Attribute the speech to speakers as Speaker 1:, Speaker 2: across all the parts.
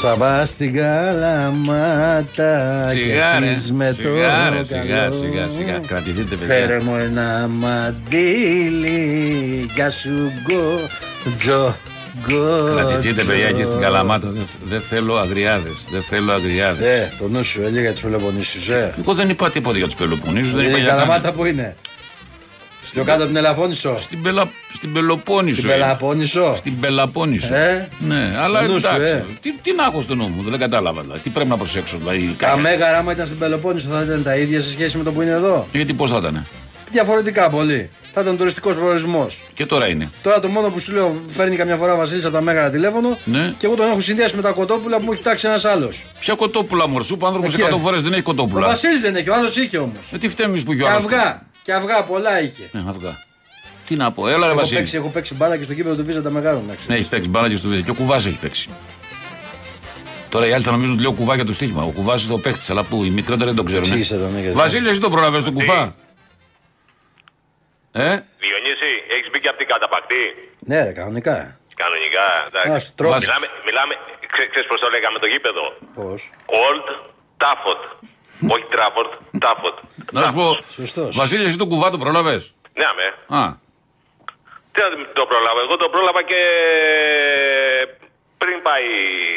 Speaker 1: Σαβά στην καλαμάτα
Speaker 2: Σιγά,
Speaker 1: και
Speaker 2: ρε.
Speaker 1: χτίζ με το
Speaker 2: Σιγά, ρε, σιγά,
Speaker 1: καλό. Ε,
Speaker 2: σιγά, σιγά. Κρατηθείτε, παιδιά.
Speaker 1: Φέρε μου ένα μαντήλι για σου γκότζο
Speaker 2: Κρατηθείτε, παιδιά, εκεί στην Καλαμάτα. Δεν- Δεν θέλω αγριάδες. Δεν θέλω αγριάδες.
Speaker 1: Ε, το νου σου έλεγε για τις Πελοποννήσους, ε.
Speaker 2: Εγώ δεν είπα τίποτα για τους Πελοποννήσους. Δεν
Speaker 1: Ε,
Speaker 2: είπα
Speaker 1: Η
Speaker 2: για κανέναν.
Speaker 1: Καλαμάτα που είναι. Στο κάτω από την Ελαφώνησο.
Speaker 2: Στην, Πελα... στην Πελοπόννησο.
Speaker 1: Στην
Speaker 2: ε.
Speaker 1: Πελαπώνησο.
Speaker 2: Στην Πελαπώννησο.
Speaker 1: Ε.
Speaker 2: Ναι, αλλά
Speaker 1: Το νου σου,
Speaker 2: εντάξει.
Speaker 1: ε.
Speaker 2: Τι, τι να έχω στο νου μου, δεν κατάλαβα. δηλαδή. Τι πρέπει να προσέξω. Δηλαδή,
Speaker 1: Τα
Speaker 2: κα-
Speaker 1: μέγαρα άμα ήταν στην Πελοπόννησο θα ήταν τα ίδια σε σχέση με το που είναι εδώ.
Speaker 2: Γιατί πώς θα ήταν.
Speaker 1: Διαφορετικά πολύ. Θα ήταν τουριστικός προορισμός.
Speaker 2: Και τώρα είναι.
Speaker 1: Τώρα το μόνο που σου λέω παίρνει καμιά φορά ο Βασίλης από τα μέγαρα τηλέφωνο
Speaker 2: Ναι.
Speaker 1: και εγώ τον έχω συνδυάσει με τα κοτόπουλα που μου έχει τάξει ένας άλλος.
Speaker 2: Ποια κοτόπουλα μορσού, που άνθρωπος
Speaker 1: Εκεί,
Speaker 2: 100
Speaker 1: ε.
Speaker 2: φορές δεν έχει
Speaker 1: Ο
Speaker 2: κοτόπουλα.
Speaker 1: Βασίλης δεν έχει, ο άλλος είχε όμως.
Speaker 2: Ε, τι φταίμε που
Speaker 1: Και
Speaker 2: γιορτάζει.
Speaker 1: αυγά. Και αυγά πολλά είχε.
Speaker 2: Ναι, αυγά. Τι να πω, έλα ρε
Speaker 1: Έχω
Speaker 2: Βασίλη.
Speaker 1: παίξει, έχω παίξει μπάλα και στο κήπεδο του Βίζα τα μεγάλων. να ξέρεις.
Speaker 2: Ναι, έχει παίξει μπάλα και στο βίντεο. Και ο κουβάς έχει παίξει. Τώρα οι άλλοι θα νομίζουν ότι λέω κουβά για το στοίχημα. Ο κουβάς είναι το παίχτης, αλλά που οι μικρότεροι δεν το ξέρουν. ε.
Speaker 1: Εξήγησε τον, ναι, γιατί-
Speaker 2: Βασίλη, εσύ το προλαβαίνει τον κουβά. Ε,
Speaker 3: Διονύση, έχεις μπει και από την καταπακτή.
Speaker 1: Ναι, ρε,
Speaker 4: ε.
Speaker 1: κανονικά.
Speaker 3: Κανονικά,
Speaker 1: Ας,
Speaker 3: εντάξει.
Speaker 1: τρόπος.
Speaker 3: Μιλάμε, μιλάμε ξέ, ξέρεις πώς το λέγαμε το γήπεδο.
Speaker 1: Πώς.
Speaker 3: Old Trafford. Όχι Trafford, Trafford.
Speaker 2: να σου πω.
Speaker 1: Σωστός.
Speaker 2: Βασίλη, εσύ τον κουβά το προλαβέ.
Speaker 3: Ναι, με.
Speaker 2: Α,
Speaker 3: Τι να το πρόλαβα. Εγώ το πρόλαβα και πριν πάει.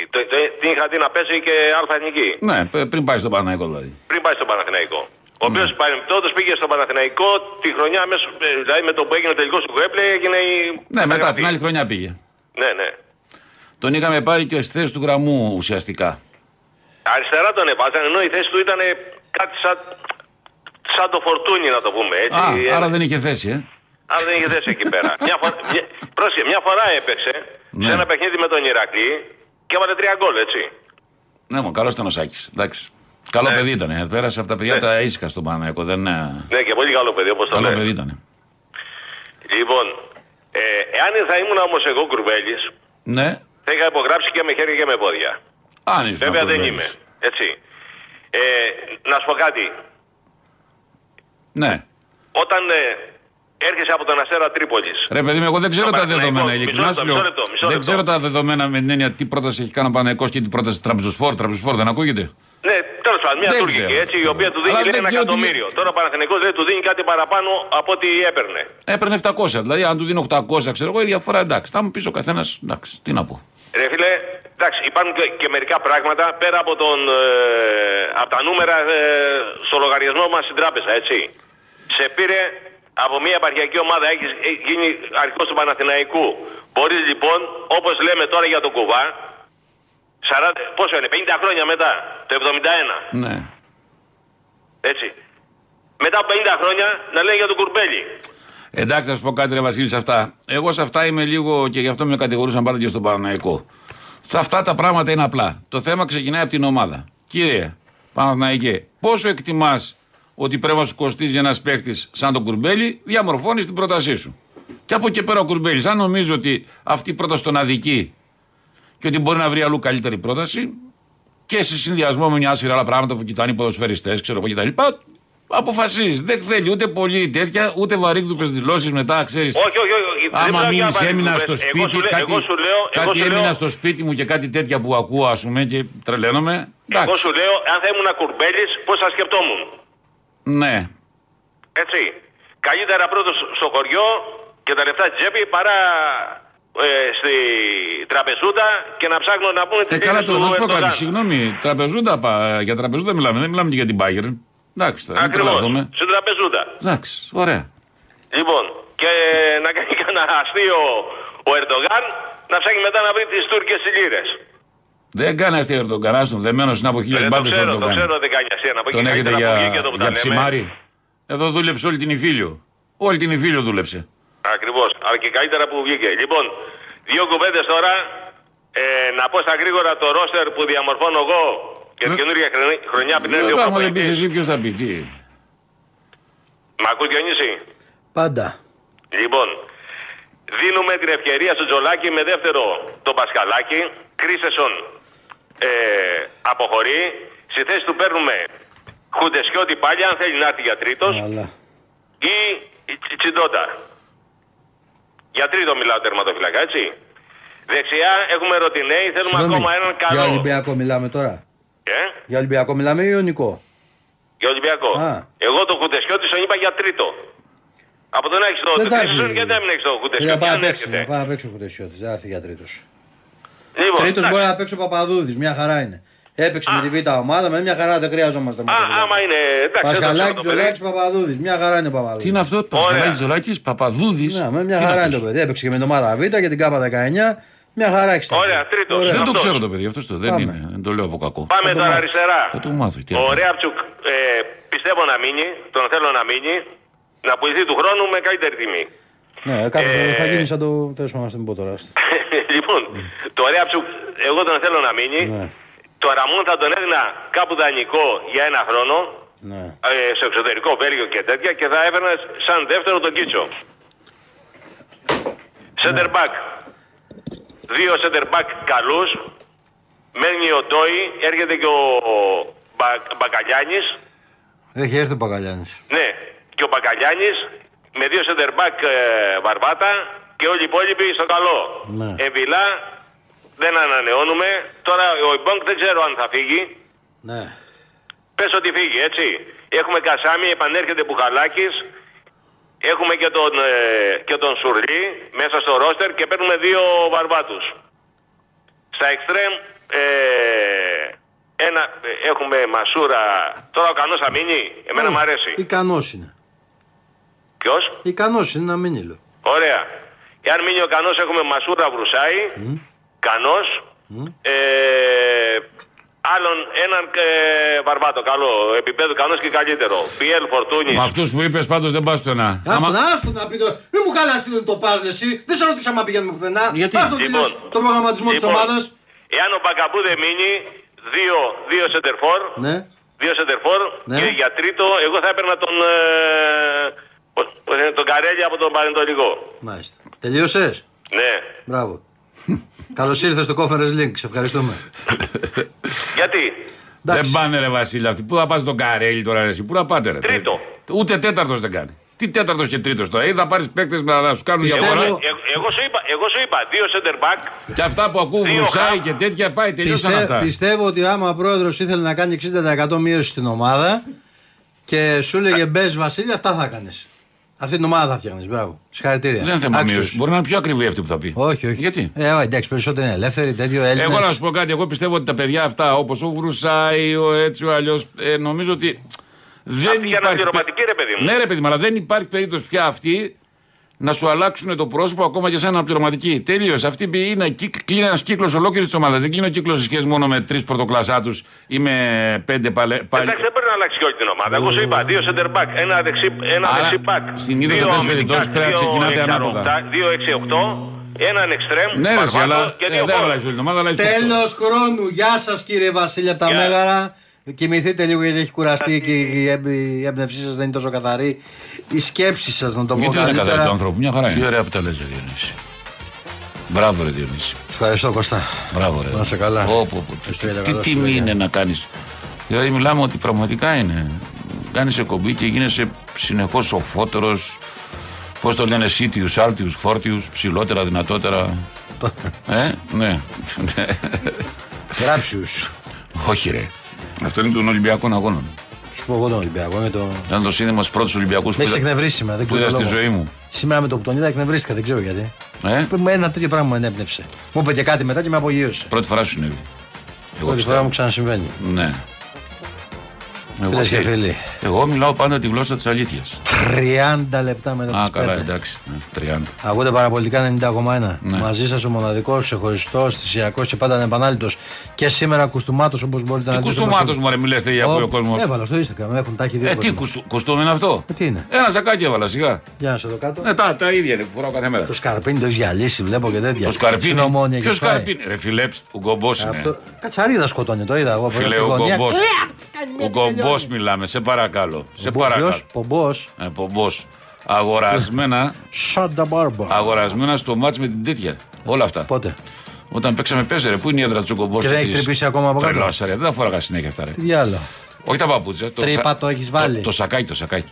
Speaker 3: Το, το, την είχα δει να παίζει και αλφα εθνική.
Speaker 2: ναι, πε- πριν πάει στο Παναγικό δηλαδή.
Speaker 3: Πριν πάει στον Παναθηναϊκό.
Speaker 2: Ναι.
Speaker 3: Ο οποίο mm. παρεμπιπτόντω πήγε στον Παναθηναϊκό τη χρονιά, μέσω, ε, δηλαδή με το που έγινε ο τελικός του Γκουέπλε, έγινε η.
Speaker 2: Ναι, μετά
Speaker 3: καταγραφή.
Speaker 2: την άλλη χρονιά πήγε.
Speaker 3: Ναι, ναι.
Speaker 2: Τον είχαμε πάρει και στη θέση του γραμμού ουσιαστικά.
Speaker 3: Αριστερά τον έβαζαν, ενώ η θέση του ήταν κάτι σαν, σαν το φορτούνι, να το πούμε έτσι.
Speaker 2: Α,
Speaker 3: Ε,
Speaker 2: άρα δεν είχε θέση, ε.
Speaker 3: άρα δεν είχε θέση εκεί πέρα. μια, φορά, μια, πρόσεχε, μια φορά έπαιξε
Speaker 2: Ναι.
Speaker 3: σε ένα παιχνίδι με τον Ηρακλή και έβαλε τρία γκολ, έτσι.
Speaker 2: Ναι, μου, καλός ήταν ο Σάκης, Εντάξει. Καλό παιδί ήταν. ε. Πέρασε από τα παιδιά
Speaker 3: Ναι.
Speaker 2: τα ήσυχα στον Παναγικό. Δεν... ε,
Speaker 3: Ναι, και πολύ καλό παιδί, όπως το
Speaker 2: Καλό
Speaker 3: λέει.
Speaker 2: παιδί ήταν.
Speaker 3: Λοιπόν, ε, εάν θα ήμουν όμως εγώ Γκουρβέλη,
Speaker 2: Ναι.
Speaker 3: θα είχα υπογράψει και με χέρια και με πόδια.
Speaker 2: Αν ήσουν
Speaker 3: Βέβαια
Speaker 2: αυτός
Speaker 3: δεν
Speaker 2: ο
Speaker 3: είμαι.
Speaker 2: Βέλης.
Speaker 3: Έτσι. Ε, να σου πω κάτι.
Speaker 2: Ναι.
Speaker 3: Όταν ε, έρχεσαι από τον Αστέρα Τρίπολης
Speaker 2: Ρε παιδί μου, εγώ δεν ξέρω
Speaker 3: Το
Speaker 2: τα
Speaker 3: Παναθηναϊκό,
Speaker 2: δεδομένα.
Speaker 3: μισό
Speaker 2: Ειλικρινά
Speaker 3: λεπτό,
Speaker 2: σου λέω.
Speaker 3: μισό λεπτό, μισό
Speaker 2: Δεν
Speaker 3: λεπτό.
Speaker 2: ξέρω τα δεδομένα με την έννοια τι πρόταση έχει κάνει ο Παναγικό και τι πρόταση Τραμπζουσφόρ. Τραμπζουσφόρ δεν ακούγεται.
Speaker 3: Ναι, τέλος πάντων, μια
Speaker 2: Δεν
Speaker 3: τουρκική
Speaker 2: ξέρω.
Speaker 3: έτσι, η οποία του δίνει
Speaker 2: Αλλά
Speaker 3: λέει,
Speaker 2: δεν
Speaker 3: ένα
Speaker 2: ξέρω τι λέει.
Speaker 3: εκατομμύριο. Τώρα ο Παναθενικό λέει του δίνει κάτι παραπάνω από ό,τι έπαιρνε.
Speaker 2: Έπαιρνε 700. Δηλαδή, αν του δίνω 800, ξέρω εγώ, η διαφορά εντάξει. Θα μου πεις ο καθένας, εντάξει, τι να πω.
Speaker 3: Ρε φίλε, εντάξει, υπάρχουν και, και μερικά πράγματα πέρα από, τον, ε, από τα νούμερα ε, στο λογαριασμό μας στην τράπεζα, έτσι. Σε πήρε από μια επαρχιακή ομάδα, έχεις γίνει αρχικό του Παναθηναϊκού. Μπορείς λοιπόν, όπως λέμε τώρα για τον Κουβά, 40, πόσο είναι, 50 χρόνια μετά, το 71.
Speaker 2: Ναι.
Speaker 3: Έτσι. Μετά από 50 χρόνια να λέει για τον Κουρμπέλη.
Speaker 2: Εντάξει, να σου πω κάτι, ρε Βασίλη, σε αυτά. Εγώ σε αυτά είμαι λίγο και γι' αυτό με κατηγορούσαν πάντα και στον Παναναϊκό. Σε αυτά τα πράγματα είναι απλά. Το θέμα ξεκινάει από την ομάδα. Κύριε Παναναϊκέ, πόσο εκτιμάς ότι πρέπει να σου κοστίζει ένας παίκτης σαν τον Κουρμπέλη, διαμορφώνεις την πρότασή σου. Και από εκεί πέρα ο Κουρμπέλης, αν νομίζω ότι αυτή η πρόταση τον αδικεί και ότι μπορεί να βρει αλλού καλύτερη πρόταση και σε συνδυασμό με μια σειρά άλλα πράγματα που κοιτάνε οι ποδοσφαιριστές, ξέρω εγώ κτλ. Αποφασίζεις. Δεν θέλει ούτε πολύ τέτοια, ούτε βαρύκτουπε δηλώσεις μετά, ξέρεις.
Speaker 3: Όχι, όχι, όχι. όχι. Δεν
Speaker 2: Άμα
Speaker 3: μιλάω για
Speaker 2: μείνεις,
Speaker 3: βαρύ
Speaker 2: έμεινα
Speaker 3: κουβέντα.
Speaker 2: στο σπίτι,
Speaker 3: Εγώ σου, λέ-
Speaker 2: κάτι,
Speaker 3: εγώ σου λέω, εγώ
Speaker 2: κάτι
Speaker 3: σου λέω,
Speaker 2: έμεινα στο σπίτι μου και κάτι τέτοια που ακούω, ας πούμε, και τρελαίνομαι.
Speaker 3: εγώ
Speaker 2: Εντάξει.
Speaker 3: σου λέω, αν θα ήμουν Κουρμπέλη, πώς θα σκεπτόμουν.
Speaker 2: Ναι.
Speaker 3: Έτσι. Καλύτερα πρώτο στο χωριό και τα λεφτά στην τσέπη παρά ε, στη τραπεζούτα και να ψάχνω να πούμε
Speaker 2: Ε,
Speaker 3: την
Speaker 2: καλά,
Speaker 3: θέση
Speaker 2: τώρα
Speaker 3: του
Speaker 2: να σου πω
Speaker 3: Ερντογάν.
Speaker 2: κάτι. Συγγνώμη, τραπεζούντα, πα- για τραπεζούντα μιλάμε, δεν μιλάμε και για την Bayern. Εντάξει, τώρα, μην
Speaker 3: Ακριβώς,
Speaker 2: τρελαθούμε.
Speaker 3: Στην τραπεζούτα.
Speaker 2: Εντάξει, ωραία.
Speaker 3: Λοιπόν, και να κάνει κανένα αστείο ο Ερντογάν να ψάχνει μετά να βρει τις Τούρκες λίρες.
Speaker 2: Δεν κάνει αστείο τον κανά τον δεμένος είναι από χίλιες
Speaker 3: Ε, το
Speaker 2: μπάντε
Speaker 3: ξέρω,
Speaker 2: τον
Speaker 3: το
Speaker 2: κάνει.
Speaker 3: ξέρω, δεν κάνει αστεία να πω.
Speaker 2: Τον
Speaker 3: Και
Speaker 2: έχετε
Speaker 3: καλύτερα από
Speaker 2: για,
Speaker 3: εκεί και εδώ που τα
Speaker 2: για
Speaker 3: λέμε.
Speaker 2: ψημάρι. Εδώ δούλεψε όλη την Ιφίλιο. Όλη την Ιφίλιο δούλεψε.
Speaker 3: Ακριβώς. Αλλά και καλύτερα που βγήκε. Λοιπόν, δύο κουβέντες τώρα. Ε, να πω στα γρήγορα το ρόστερ που διαμορφώνω εγώ και την καινούργια χρονι- χρονιά πριν έρθει
Speaker 2: Δεν
Speaker 3: ο
Speaker 2: πράγμα δεν πει
Speaker 3: προπονητής.
Speaker 2: εσύ ποιος θα πει. Τι.
Speaker 3: Μ' ακούς Διονύση.
Speaker 4: Πάντα.
Speaker 3: Λοιπόν, δίνουμε την ευκαιρία στο Τζολάκι με δεύτερο τον Πασχαλάκη. Κρίσεσον ε, αποχωρεί. Στη θέση του παίρνουμε Χουντεσιώτη πάλι, αν θέλει να έρθει για τρίτος.
Speaker 4: Αλλά.
Speaker 3: ή Τσι- Τσιντότα. Για τρίτο μιλάω τερματοφυλακά, έτσι. Δεξιά έχουμε Ρωτινέη, θέλουμε
Speaker 4: Συγγνώμη,
Speaker 3: ακόμα έναν καλό.
Speaker 4: Για Ολυμπιακό μιλάμε τώρα.
Speaker 3: Ε?
Speaker 4: Για Ολυμπιακό μιλάμε ή Ιωνικό.
Speaker 3: Για Ολυμπιακό.
Speaker 4: Α.
Speaker 3: Εγώ τον Κουτεσιώτη τον είπα για τρίτο. Από τον έχει το
Speaker 4: Δεν θα
Speaker 3: Κουτεσιώτη,
Speaker 4: έρθει.
Speaker 3: γιατί δεν έχει το
Speaker 4: Πρέπει να
Speaker 3: Κουτεσιώτη,
Speaker 4: πάει
Speaker 3: αν
Speaker 4: να παίξει,
Speaker 3: έρχεται.
Speaker 4: να πάει να παίξει ο Κουτεσιώτη. Δεν θα έρθει για τρίτος.
Speaker 3: Λοιπόν,
Speaker 4: Τρίτος
Speaker 3: εντάξει.
Speaker 4: μπορεί να παίξει ο Παπαδούδης, μια χαρά είναι. Έπαιξε με τη Β' ομάδα, με μια χαρά δεν χρειαζόμαστε.
Speaker 3: Α, άμα είναι. Εντάξει, δεν το ξέρω
Speaker 4: Πασχαλάκη,
Speaker 3: το παιδί.
Speaker 4: Ζολάκη, Παπαδούδης, μια χαρά είναι ο Παπαδούδης.
Speaker 2: Τι είναι αυτό, Πασχαλάκης Ζολάκη, Παπαδούδης.
Speaker 4: Ναι, με μια χαρά είναι το παιδί. Έπαιξε και με την ομάδα Β και την Κάπα 19. Μια χαρά έχεις. τα
Speaker 3: Ωραία,
Speaker 4: χέρια.
Speaker 3: τρίτος.
Speaker 4: Ωραία.
Speaker 2: Δεν το
Speaker 3: αυτός.
Speaker 2: ξέρω το παιδί, αυτός το δεν
Speaker 4: Πάμε.
Speaker 2: είναι. Δεν το λέω από κακό.
Speaker 3: Πάμε τώρα
Speaker 4: μάθω.
Speaker 3: αριστερά.
Speaker 2: Θα το μάθω, τι
Speaker 3: Ο
Speaker 2: άλλο.
Speaker 3: Ρέαπτσουκ ε, πιστεύω να μείνει, τον θέλω να μείνει, να πουληθεί του χρόνου με καλύτερη τιμή.
Speaker 4: Ναι, κάθε
Speaker 3: Ε,
Speaker 4: θα γίνει σαν το. Τέλος πάντων, στην πω τώρα. άστο.
Speaker 3: λοιπόν, το Ρέαπτσουκ εγώ τον θέλω να μείνει.
Speaker 4: Ναι.
Speaker 3: Το Ραμόν θα τον έδινα κάπου δανεικό για ένα χρόνο,
Speaker 4: Ναι.
Speaker 3: ε, στο εξωτερικό Βέλγιο και τέτοια και θα έφερε σαν δεύτερο τον Κίτσο. Center back. Δύο center back καλούς. Μένει ο Ντόι, έρχεται και ο Μπα- Μπακαλιάνης.
Speaker 4: Έχει έρθει ο Παγκαλιάνη.
Speaker 3: Ναι, και ο Μπακαλιάνης με δύο center back ε, βαρβάτα και όλοι οι υπόλοιποι στο καλό.
Speaker 4: Ναι.
Speaker 3: Εμβιλά δεν ανανεώνουμε. Τώρα ο Ιμπόγκ δεν ξέρω αν θα φύγει.
Speaker 4: Ναι.
Speaker 3: Πες ότι φύγει, έτσι. Έχουμε Κασάμι, επανέρχεται Μπουχαλάκης. Έχουμε και τον, ε, και τον Σουρλί μέσα στο ρόστερ και παίρνουμε δύο βαρβάτους. Στα εξτρέμ, ε, ένα, ε, έχουμε Μασούρα. Τώρα ο Κανός θα μείνει.
Speaker 4: Ναι.
Speaker 3: Εμένα μου αρέσει.
Speaker 4: Ικανός είναι.
Speaker 3: Ποιος?
Speaker 4: Ικανός είναι να μην ήλιο.
Speaker 3: Ωραία. Εάν μείνει ο Κανός, έχουμε Μασούρα Βρουσάη. Κανό. Ε, άλλον έναν ε, βαρβάτο. Καλό. Επίπεδο Κανό και καλύτερο. Πιέλ Φορτούνη.
Speaker 2: Με αυτούς που είπες πάντως δεν πας πουθενά.
Speaker 5: Άστο,
Speaker 2: Άμα-
Speaker 5: να- άστο να πει το. Μην μου χαλάσει το πας, εσύ. Δεν σε ρωτήσα αν πηγαίνουμε πουθενά.
Speaker 2: Γιατί?
Speaker 5: Άστο
Speaker 3: Λοιπόν.
Speaker 5: λοιπόν, το προγραμματισμό της
Speaker 3: Λοιπόν,
Speaker 5: ομάδας.
Speaker 3: Εάν ο Μπακαμπού δεν μείνει, δύο, δύο σεντερφόρ.
Speaker 4: Ναι.
Speaker 3: Δύο σεντερφόρ.
Speaker 4: Ναι.
Speaker 3: Και για τρίτο, εγώ θα έπαιρνα τον. Ε, πώς- πώς είναι, τον Καρέλια από τον Πανετολικό.
Speaker 4: Μάλιστα. Τελείωσες.
Speaker 3: Ναι.
Speaker 4: Μπράβο. Καλώς ήρθες στο Conference Link. Σε ευχαριστούμε.
Speaker 3: Γιατί.
Speaker 2: Δεν πάνε ρε Βασίλη αυτοί. Πού θα πας τον Καρέλη τώρα, ρε, εσύ. Πού να πάτε, ρε.
Speaker 3: Τρίτο.
Speaker 2: Ούτε τέταρτος δεν κάνει. Τι τέταρτος και τρίτος τώρα. Ή θα πάρεις παίκτες να να σου κάνουν
Speaker 4: Πιστεύω-
Speaker 2: διαφορά.
Speaker 4: Θέλω-
Speaker 3: Ε- εγώ, σου είπα, εγώ σου είπα, δύο center back.
Speaker 2: Και αυτά που ακούω
Speaker 3: Δύο
Speaker 2: βρουσάει
Speaker 3: χάφ.
Speaker 2: και τέτοια πάει, τελείωσαν
Speaker 4: Πιστε-
Speaker 2: αυτά.
Speaker 4: Πιστεύω ότι άμα ο πρόεδρος ήθελε να κάνει 60% μείωση στην ομάδα και σου
Speaker 3: Ε.
Speaker 4: έλεγε μπες Βασίλη, αυτά θα έκανε. Αυτή την ομάδα θα φτιάχνεις. Μπράβο. Συγχαρητήρια.
Speaker 2: Δεν είναι θέμα
Speaker 4: Άξιος.
Speaker 2: μείωσης. Μπορεί να είναι πιο ακριβή αυτή που θα πει.
Speaker 4: Όχι, όχι.
Speaker 2: Γιατί.
Speaker 4: Ε, ο, εντάξει, περισσότερο είναι ελεύθεροι, τέτοιο Έλληνες.
Speaker 2: Εγώ
Speaker 3: Ναι.
Speaker 2: να σου πω κάτι. Εγώ πιστεύω ότι τα παιδιά αυτά, όπως ο Βρουσάη, ο έτσι, ο αλλιώς, νομίζω ότι. Δεν
Speaker 3: Αυτή η
Speaker 2: υπάρχει.
Speaker 3: αναπληρωματική, ρε παιδί μου.
Speaker 2: Ναι, ρε παιδί μου, αλλά δεν υπάρχει περίπτωση πια αυτή να σου αλλάξουν το πρόσωπο ακόμα και σαν αναπληρωματική. Τέλειω. Αυτή είναι, κύκ- κλείνει ένας κύκλος ολόκληρης της ομάδας. Δεν κλείνει ο κύκλος σε σχέση μόνο με τρεις πρωτοκλασσά τους ή με πέντε παλε, πάλι.
Speaker 3: Εντάξει, δεν πρέπει να αλλάξει και όλη την ομάδα. Εγώ σου είπα, δύο center back, ένα δεξί, ένα
Speaker 2: Άρα,
Speaker 3: δεξί back.
Speaker 2: συνήθως σε
Speaker 3: δύο
Speaker 2: αυτές τις
Speaker 3: αμυντικά,
Speaker 2: περιπτώσεις πρέπει να
Speaker 3: δύο
Speaker 2: ξεκινάτε
Speaker 3: 68,
Speaker 2: ανάποδα.
Speaker 3: Δύο 6-8, έναν εξτρέμ,
Speaker 2: Ναι, ρε, εσύ,
Speaker 3: βαρβάτο
Speaker 2: αλλά
Speaker 3: και
Speaker 2: ε,
Speaker 3: δύο
Speaker 2: δεν
Speaker 3: φόρ.
Speaker 2: αλλάζει όλη την ομάδα. αλλάζει το αυτό.
Speaker 4: Τέλο χρόνου. Γεια σας κύριε Βασίλη από τα
Speaker 3: Γεια.
Speaker 4: Μέγαρα. Κοιμηθείτε λίγο γιατί έχει κουραστεί και η έμπ- η έμπνευσή σας δεν είναι τόσο καθαρή. Η σκέψη σας, να το πω
Speaker 2: Γιατί δεν είναι καθαρή του
Speaker 4: καλύτερα.
Speaker 2: ανθρώπου, μια χαρά είναι. Τι ωραία που τα λες, ρε Διονύση. Μπράβο, ρε Διονύση.
Speaker 4: Ευχαριστώ, Κωστά.
Speaker 2: Μπράβο, ρε.
Speaker 4: Να είσαι καλά.
Speaker 2: Όπου, όπου.
Speaker 4: Εσύ,
Speaker 2: Τι-
Speaker 4: έλα,
Speaker 2: Τι
Speaker 4: καλά σου
Speaker 2: τιμή
Speaker 4: λέγα.
Speaker 2: είναι να κάνεις. Δηλαδή, μιλάμε ότι πραγματικά είναι. Κάνεις εκπομπή και γίνεσαι συνεχώς σοφότερο. Πώς το λένε, σίτιους, άλτιους, φόρτιους, ψηλότερα, δυνατότερα. ε, ναι.
Speaker 4: Γράψιους.
Speaker 2: Όχι, ρε. Αυτό είναι των Ολυμπιακών Αγώνων.
Speaker 4: Σου πω εγώ τον Ολυμπιακό. είναι το-
Speaker 2: Ήταν το σύνδεμα στους πρώτους Ολυμπιακούς
Speaker 4: Με έχει
Speaker 2: που είδα-
Speaker 4: εκνευρίσει σήμερα. δεν
Speaker 2: που
Speaker 4: ξέρω
Speaker 2: είδα στη
Speaker 4: λόγο.
Speaker 2: ζωή μου.
Speaker 4: Σήμερα με το που τον είδα εκνευρίστηκα, δεν ξέρω γιατί.
Speaker 2: Ε,
Speaker 4: Με ένα τέτοιο πράγμα με ενέπνευσε. Μου είπε και κάτι μετά και με απογείωσε.
Speaker 2: πρώτη φορά σου συνέβη. Εγώ
Speaker 4: Πρώτη φορά
Speaker 2: πιστεύω.
Speaker 4: μου ξανασυμβαίνει.
Speaker 2: Ναι. Εγώ,
Speaker 4: Φίλες και
Speaker 2: ξέρεις,
Speaker 4: φίλοι.
Speaker 2: εγώ μιλάω πάντα τη γλώσσα της αλήθειας.
Speaker 4: 30 λεπτά μετά
Speaker 2: Α,
Speaker 4: τις
Speaker 2: καλά,
Speaker 4: 5.
Speaker 2: εντάξει. ναι, 30.
Speaker 4: Ακούτε παραπολιτικά 90,1.
Speaker 2: Ναι.
Speaker 4: Μαζί σας ο μοναδικός, ξεχωριστός, θυσιακός και πάντα ανεπανάλητο. Και σήμερα κουστούμάτο όπως μπορείτε να
Speaker 2: Τι
Speaker 4: δείτε.
Speaker 2: κουστούμάτο μου, ρε, μιλέ, τι ακούει ο κόσμος.
Speaker 4: Έβαλα στο Instagram, έχουν τάχει δύο.
Speaker 2: Ε, τι
Speaker 4: κόσμος.
Speaker 2: κουστού- κουστούμι είναι αυτό.
Speaker 4: Ε, τι είναι.
Speaker 2: Ένα σακάκι έβαλα σιγά.
Speaker 4: Για να σε δω κάτω.
Speaker 2: Ναι, τα, τα ίδια είναι που φοράω κάθε μέρα.
Speaker 4: Το σκαρπίνι το έχεις γυαλίσει, βλέπω και τέτοια.
Speaker 2: Το σκαρπίνι.
Speaker 4: Στην Ομόνια
Speaker 2: Ποιο
Speaker 4: Ε, και φάει. Ε,
Speaker 2: σκαρπίνι. Ρε φιλέ, ψ, ο κομπός είναι.
Speaker 4: Αυτό... Ε, Κατσαρίδα σκοτώνει, το είδα εγώ.
Speaker 2: Φιλέ, Ναι. ο κομπό. Ο κομπός μιλάμε, σε παρακαλώ. Σε παρακαλώ.
Speaker 4: Πομπός.
Speaker 2: Ε, πομπός. Αγορασμένα,
Speaker 4: Σάντα Μπάρμπα.
Speaker 2: αγορασμένα στο μάτς με την τέτοια. Όλα αυτά.
Speaker 4: Πότε.
Speaker 2: Όταν παίξαμε πέζε, ρε, πού είναι η έδρα του κομπό.
Speaker 4: Και δεν έχει τρυπήσει ακόμα από κάτω.
Speaker 2: ρε, δεν τα φόραγα συνέχεια αυτά, ρε.
Speaker 4: Τι διάλογο.
Speaker 2: Όχι τα παπούτσια. Το
Speaker 4: Τρύπα
Speaker 2: σα-
Speaker 4: το έχεις βάλει.
Speaker 2: Το, το σακάκι, το σακάκι.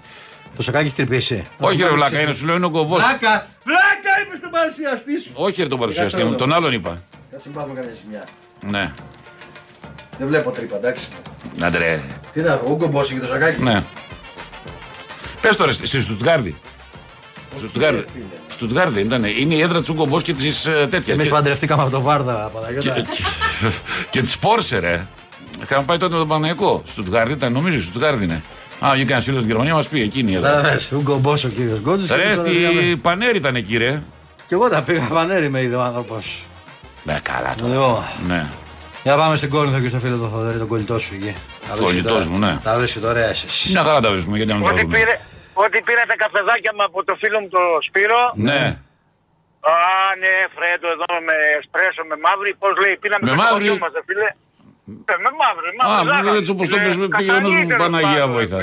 Speaker 4: Το σακάκι έχεις τρυπήσει.
Speaker 2: Όχι, ρε, βλάκα, είναι, σου λέω είναι ο κομπός.
Speaker 4: Βλάκα! Βλάκα είπε στον παρουσιαστή σου.
Speaker 2: Όχι, ρε, τον παρουσιαστή μου, τον άλλον είπα.
Speaker 4: Κάτσε μην πάμε καμία σημεία.
Speaker 2: Ναι,
Speaker 4: Δεν βλέπω τρύπα, εντάξει.
Speaker 2: αντρέ.
Speaker 4: Τι να δω, ούγκο μπόση και το σακάκι.
Speaker 2: Ναι. Πες τώρα, στη στη Στουτγκάρδη. Στουτγκάρδη. Στουτγκάρδη ήταν. Είναι η έδρα του κομπό και της τέτοια.
Speaker 4: Εμείς
Speaker 2: Και-
Speaker 4: παντρευτήκαμε από το Βάρδα, Παναγιώτα.
Speaker 2: και της Πόρσε, ρε. Είχαμε πάει τότε με τον Παναγιακό. Στουτγκάρδη ήταν, νομίζω, Στουτγκάρδη είναι. Α, βγήκε ένας φίλος στην Γερμανία, μας πει εκείνη η έδρα.
Speaker 4: Κατάλαβε, ούγκο μπόση ο κύριος Γκότζη.
Speaker 2: Ρε, στη Πανέρη ήταν εκεί, ρε.
Speaker 4: Και εγώ τα πήγα πανέρι με είδε ο άνθρωπος.
Speaker 2: Ναι, καλά τώρα.
Speaker 4: Λοιπόν,
Speaker 2: Ναι.
Speaker 4: για πάμε στην Κόρινθο και στο φίλο του Θοδωρή, τον κολλητό σου εκεί. Τα βρίσκει
Speaker 2: Κολλητός
Speaker 4: τώρα.
Speaker 2: μου, ναι.
Speaker 4: Τα βρίσκει τώρα εσείς.
Speaker 2: Είναι καλά τα βρίσκουμε, γιατί να μην τα
Speaker 3: Ότι,
Speaker 2: βρούμε.
Speaker 3: πήρε, ότι πήρα τα καφεδάκια μου από το φίλο μου το Σπύρο.
Speaker 2: Ναι.
Speaker 3: Α, ναι, Φρέντο, εδώ με εσπρέσο, με μαύρη. Πώς λέει, πήραμε
Speaker 2: Με
Speaker 3: το
Speaker 2: μαύρη?
Speaker 3: καφεδάκι μας, ρε φίλε. Ε, με μαύρη,
Speaker 2: Α,
Speaker 3: μαύρη.
Speaker 2: μου λέει, έτσι όπως το πες, με πήγε ένας μου, Παναγία βοήθα.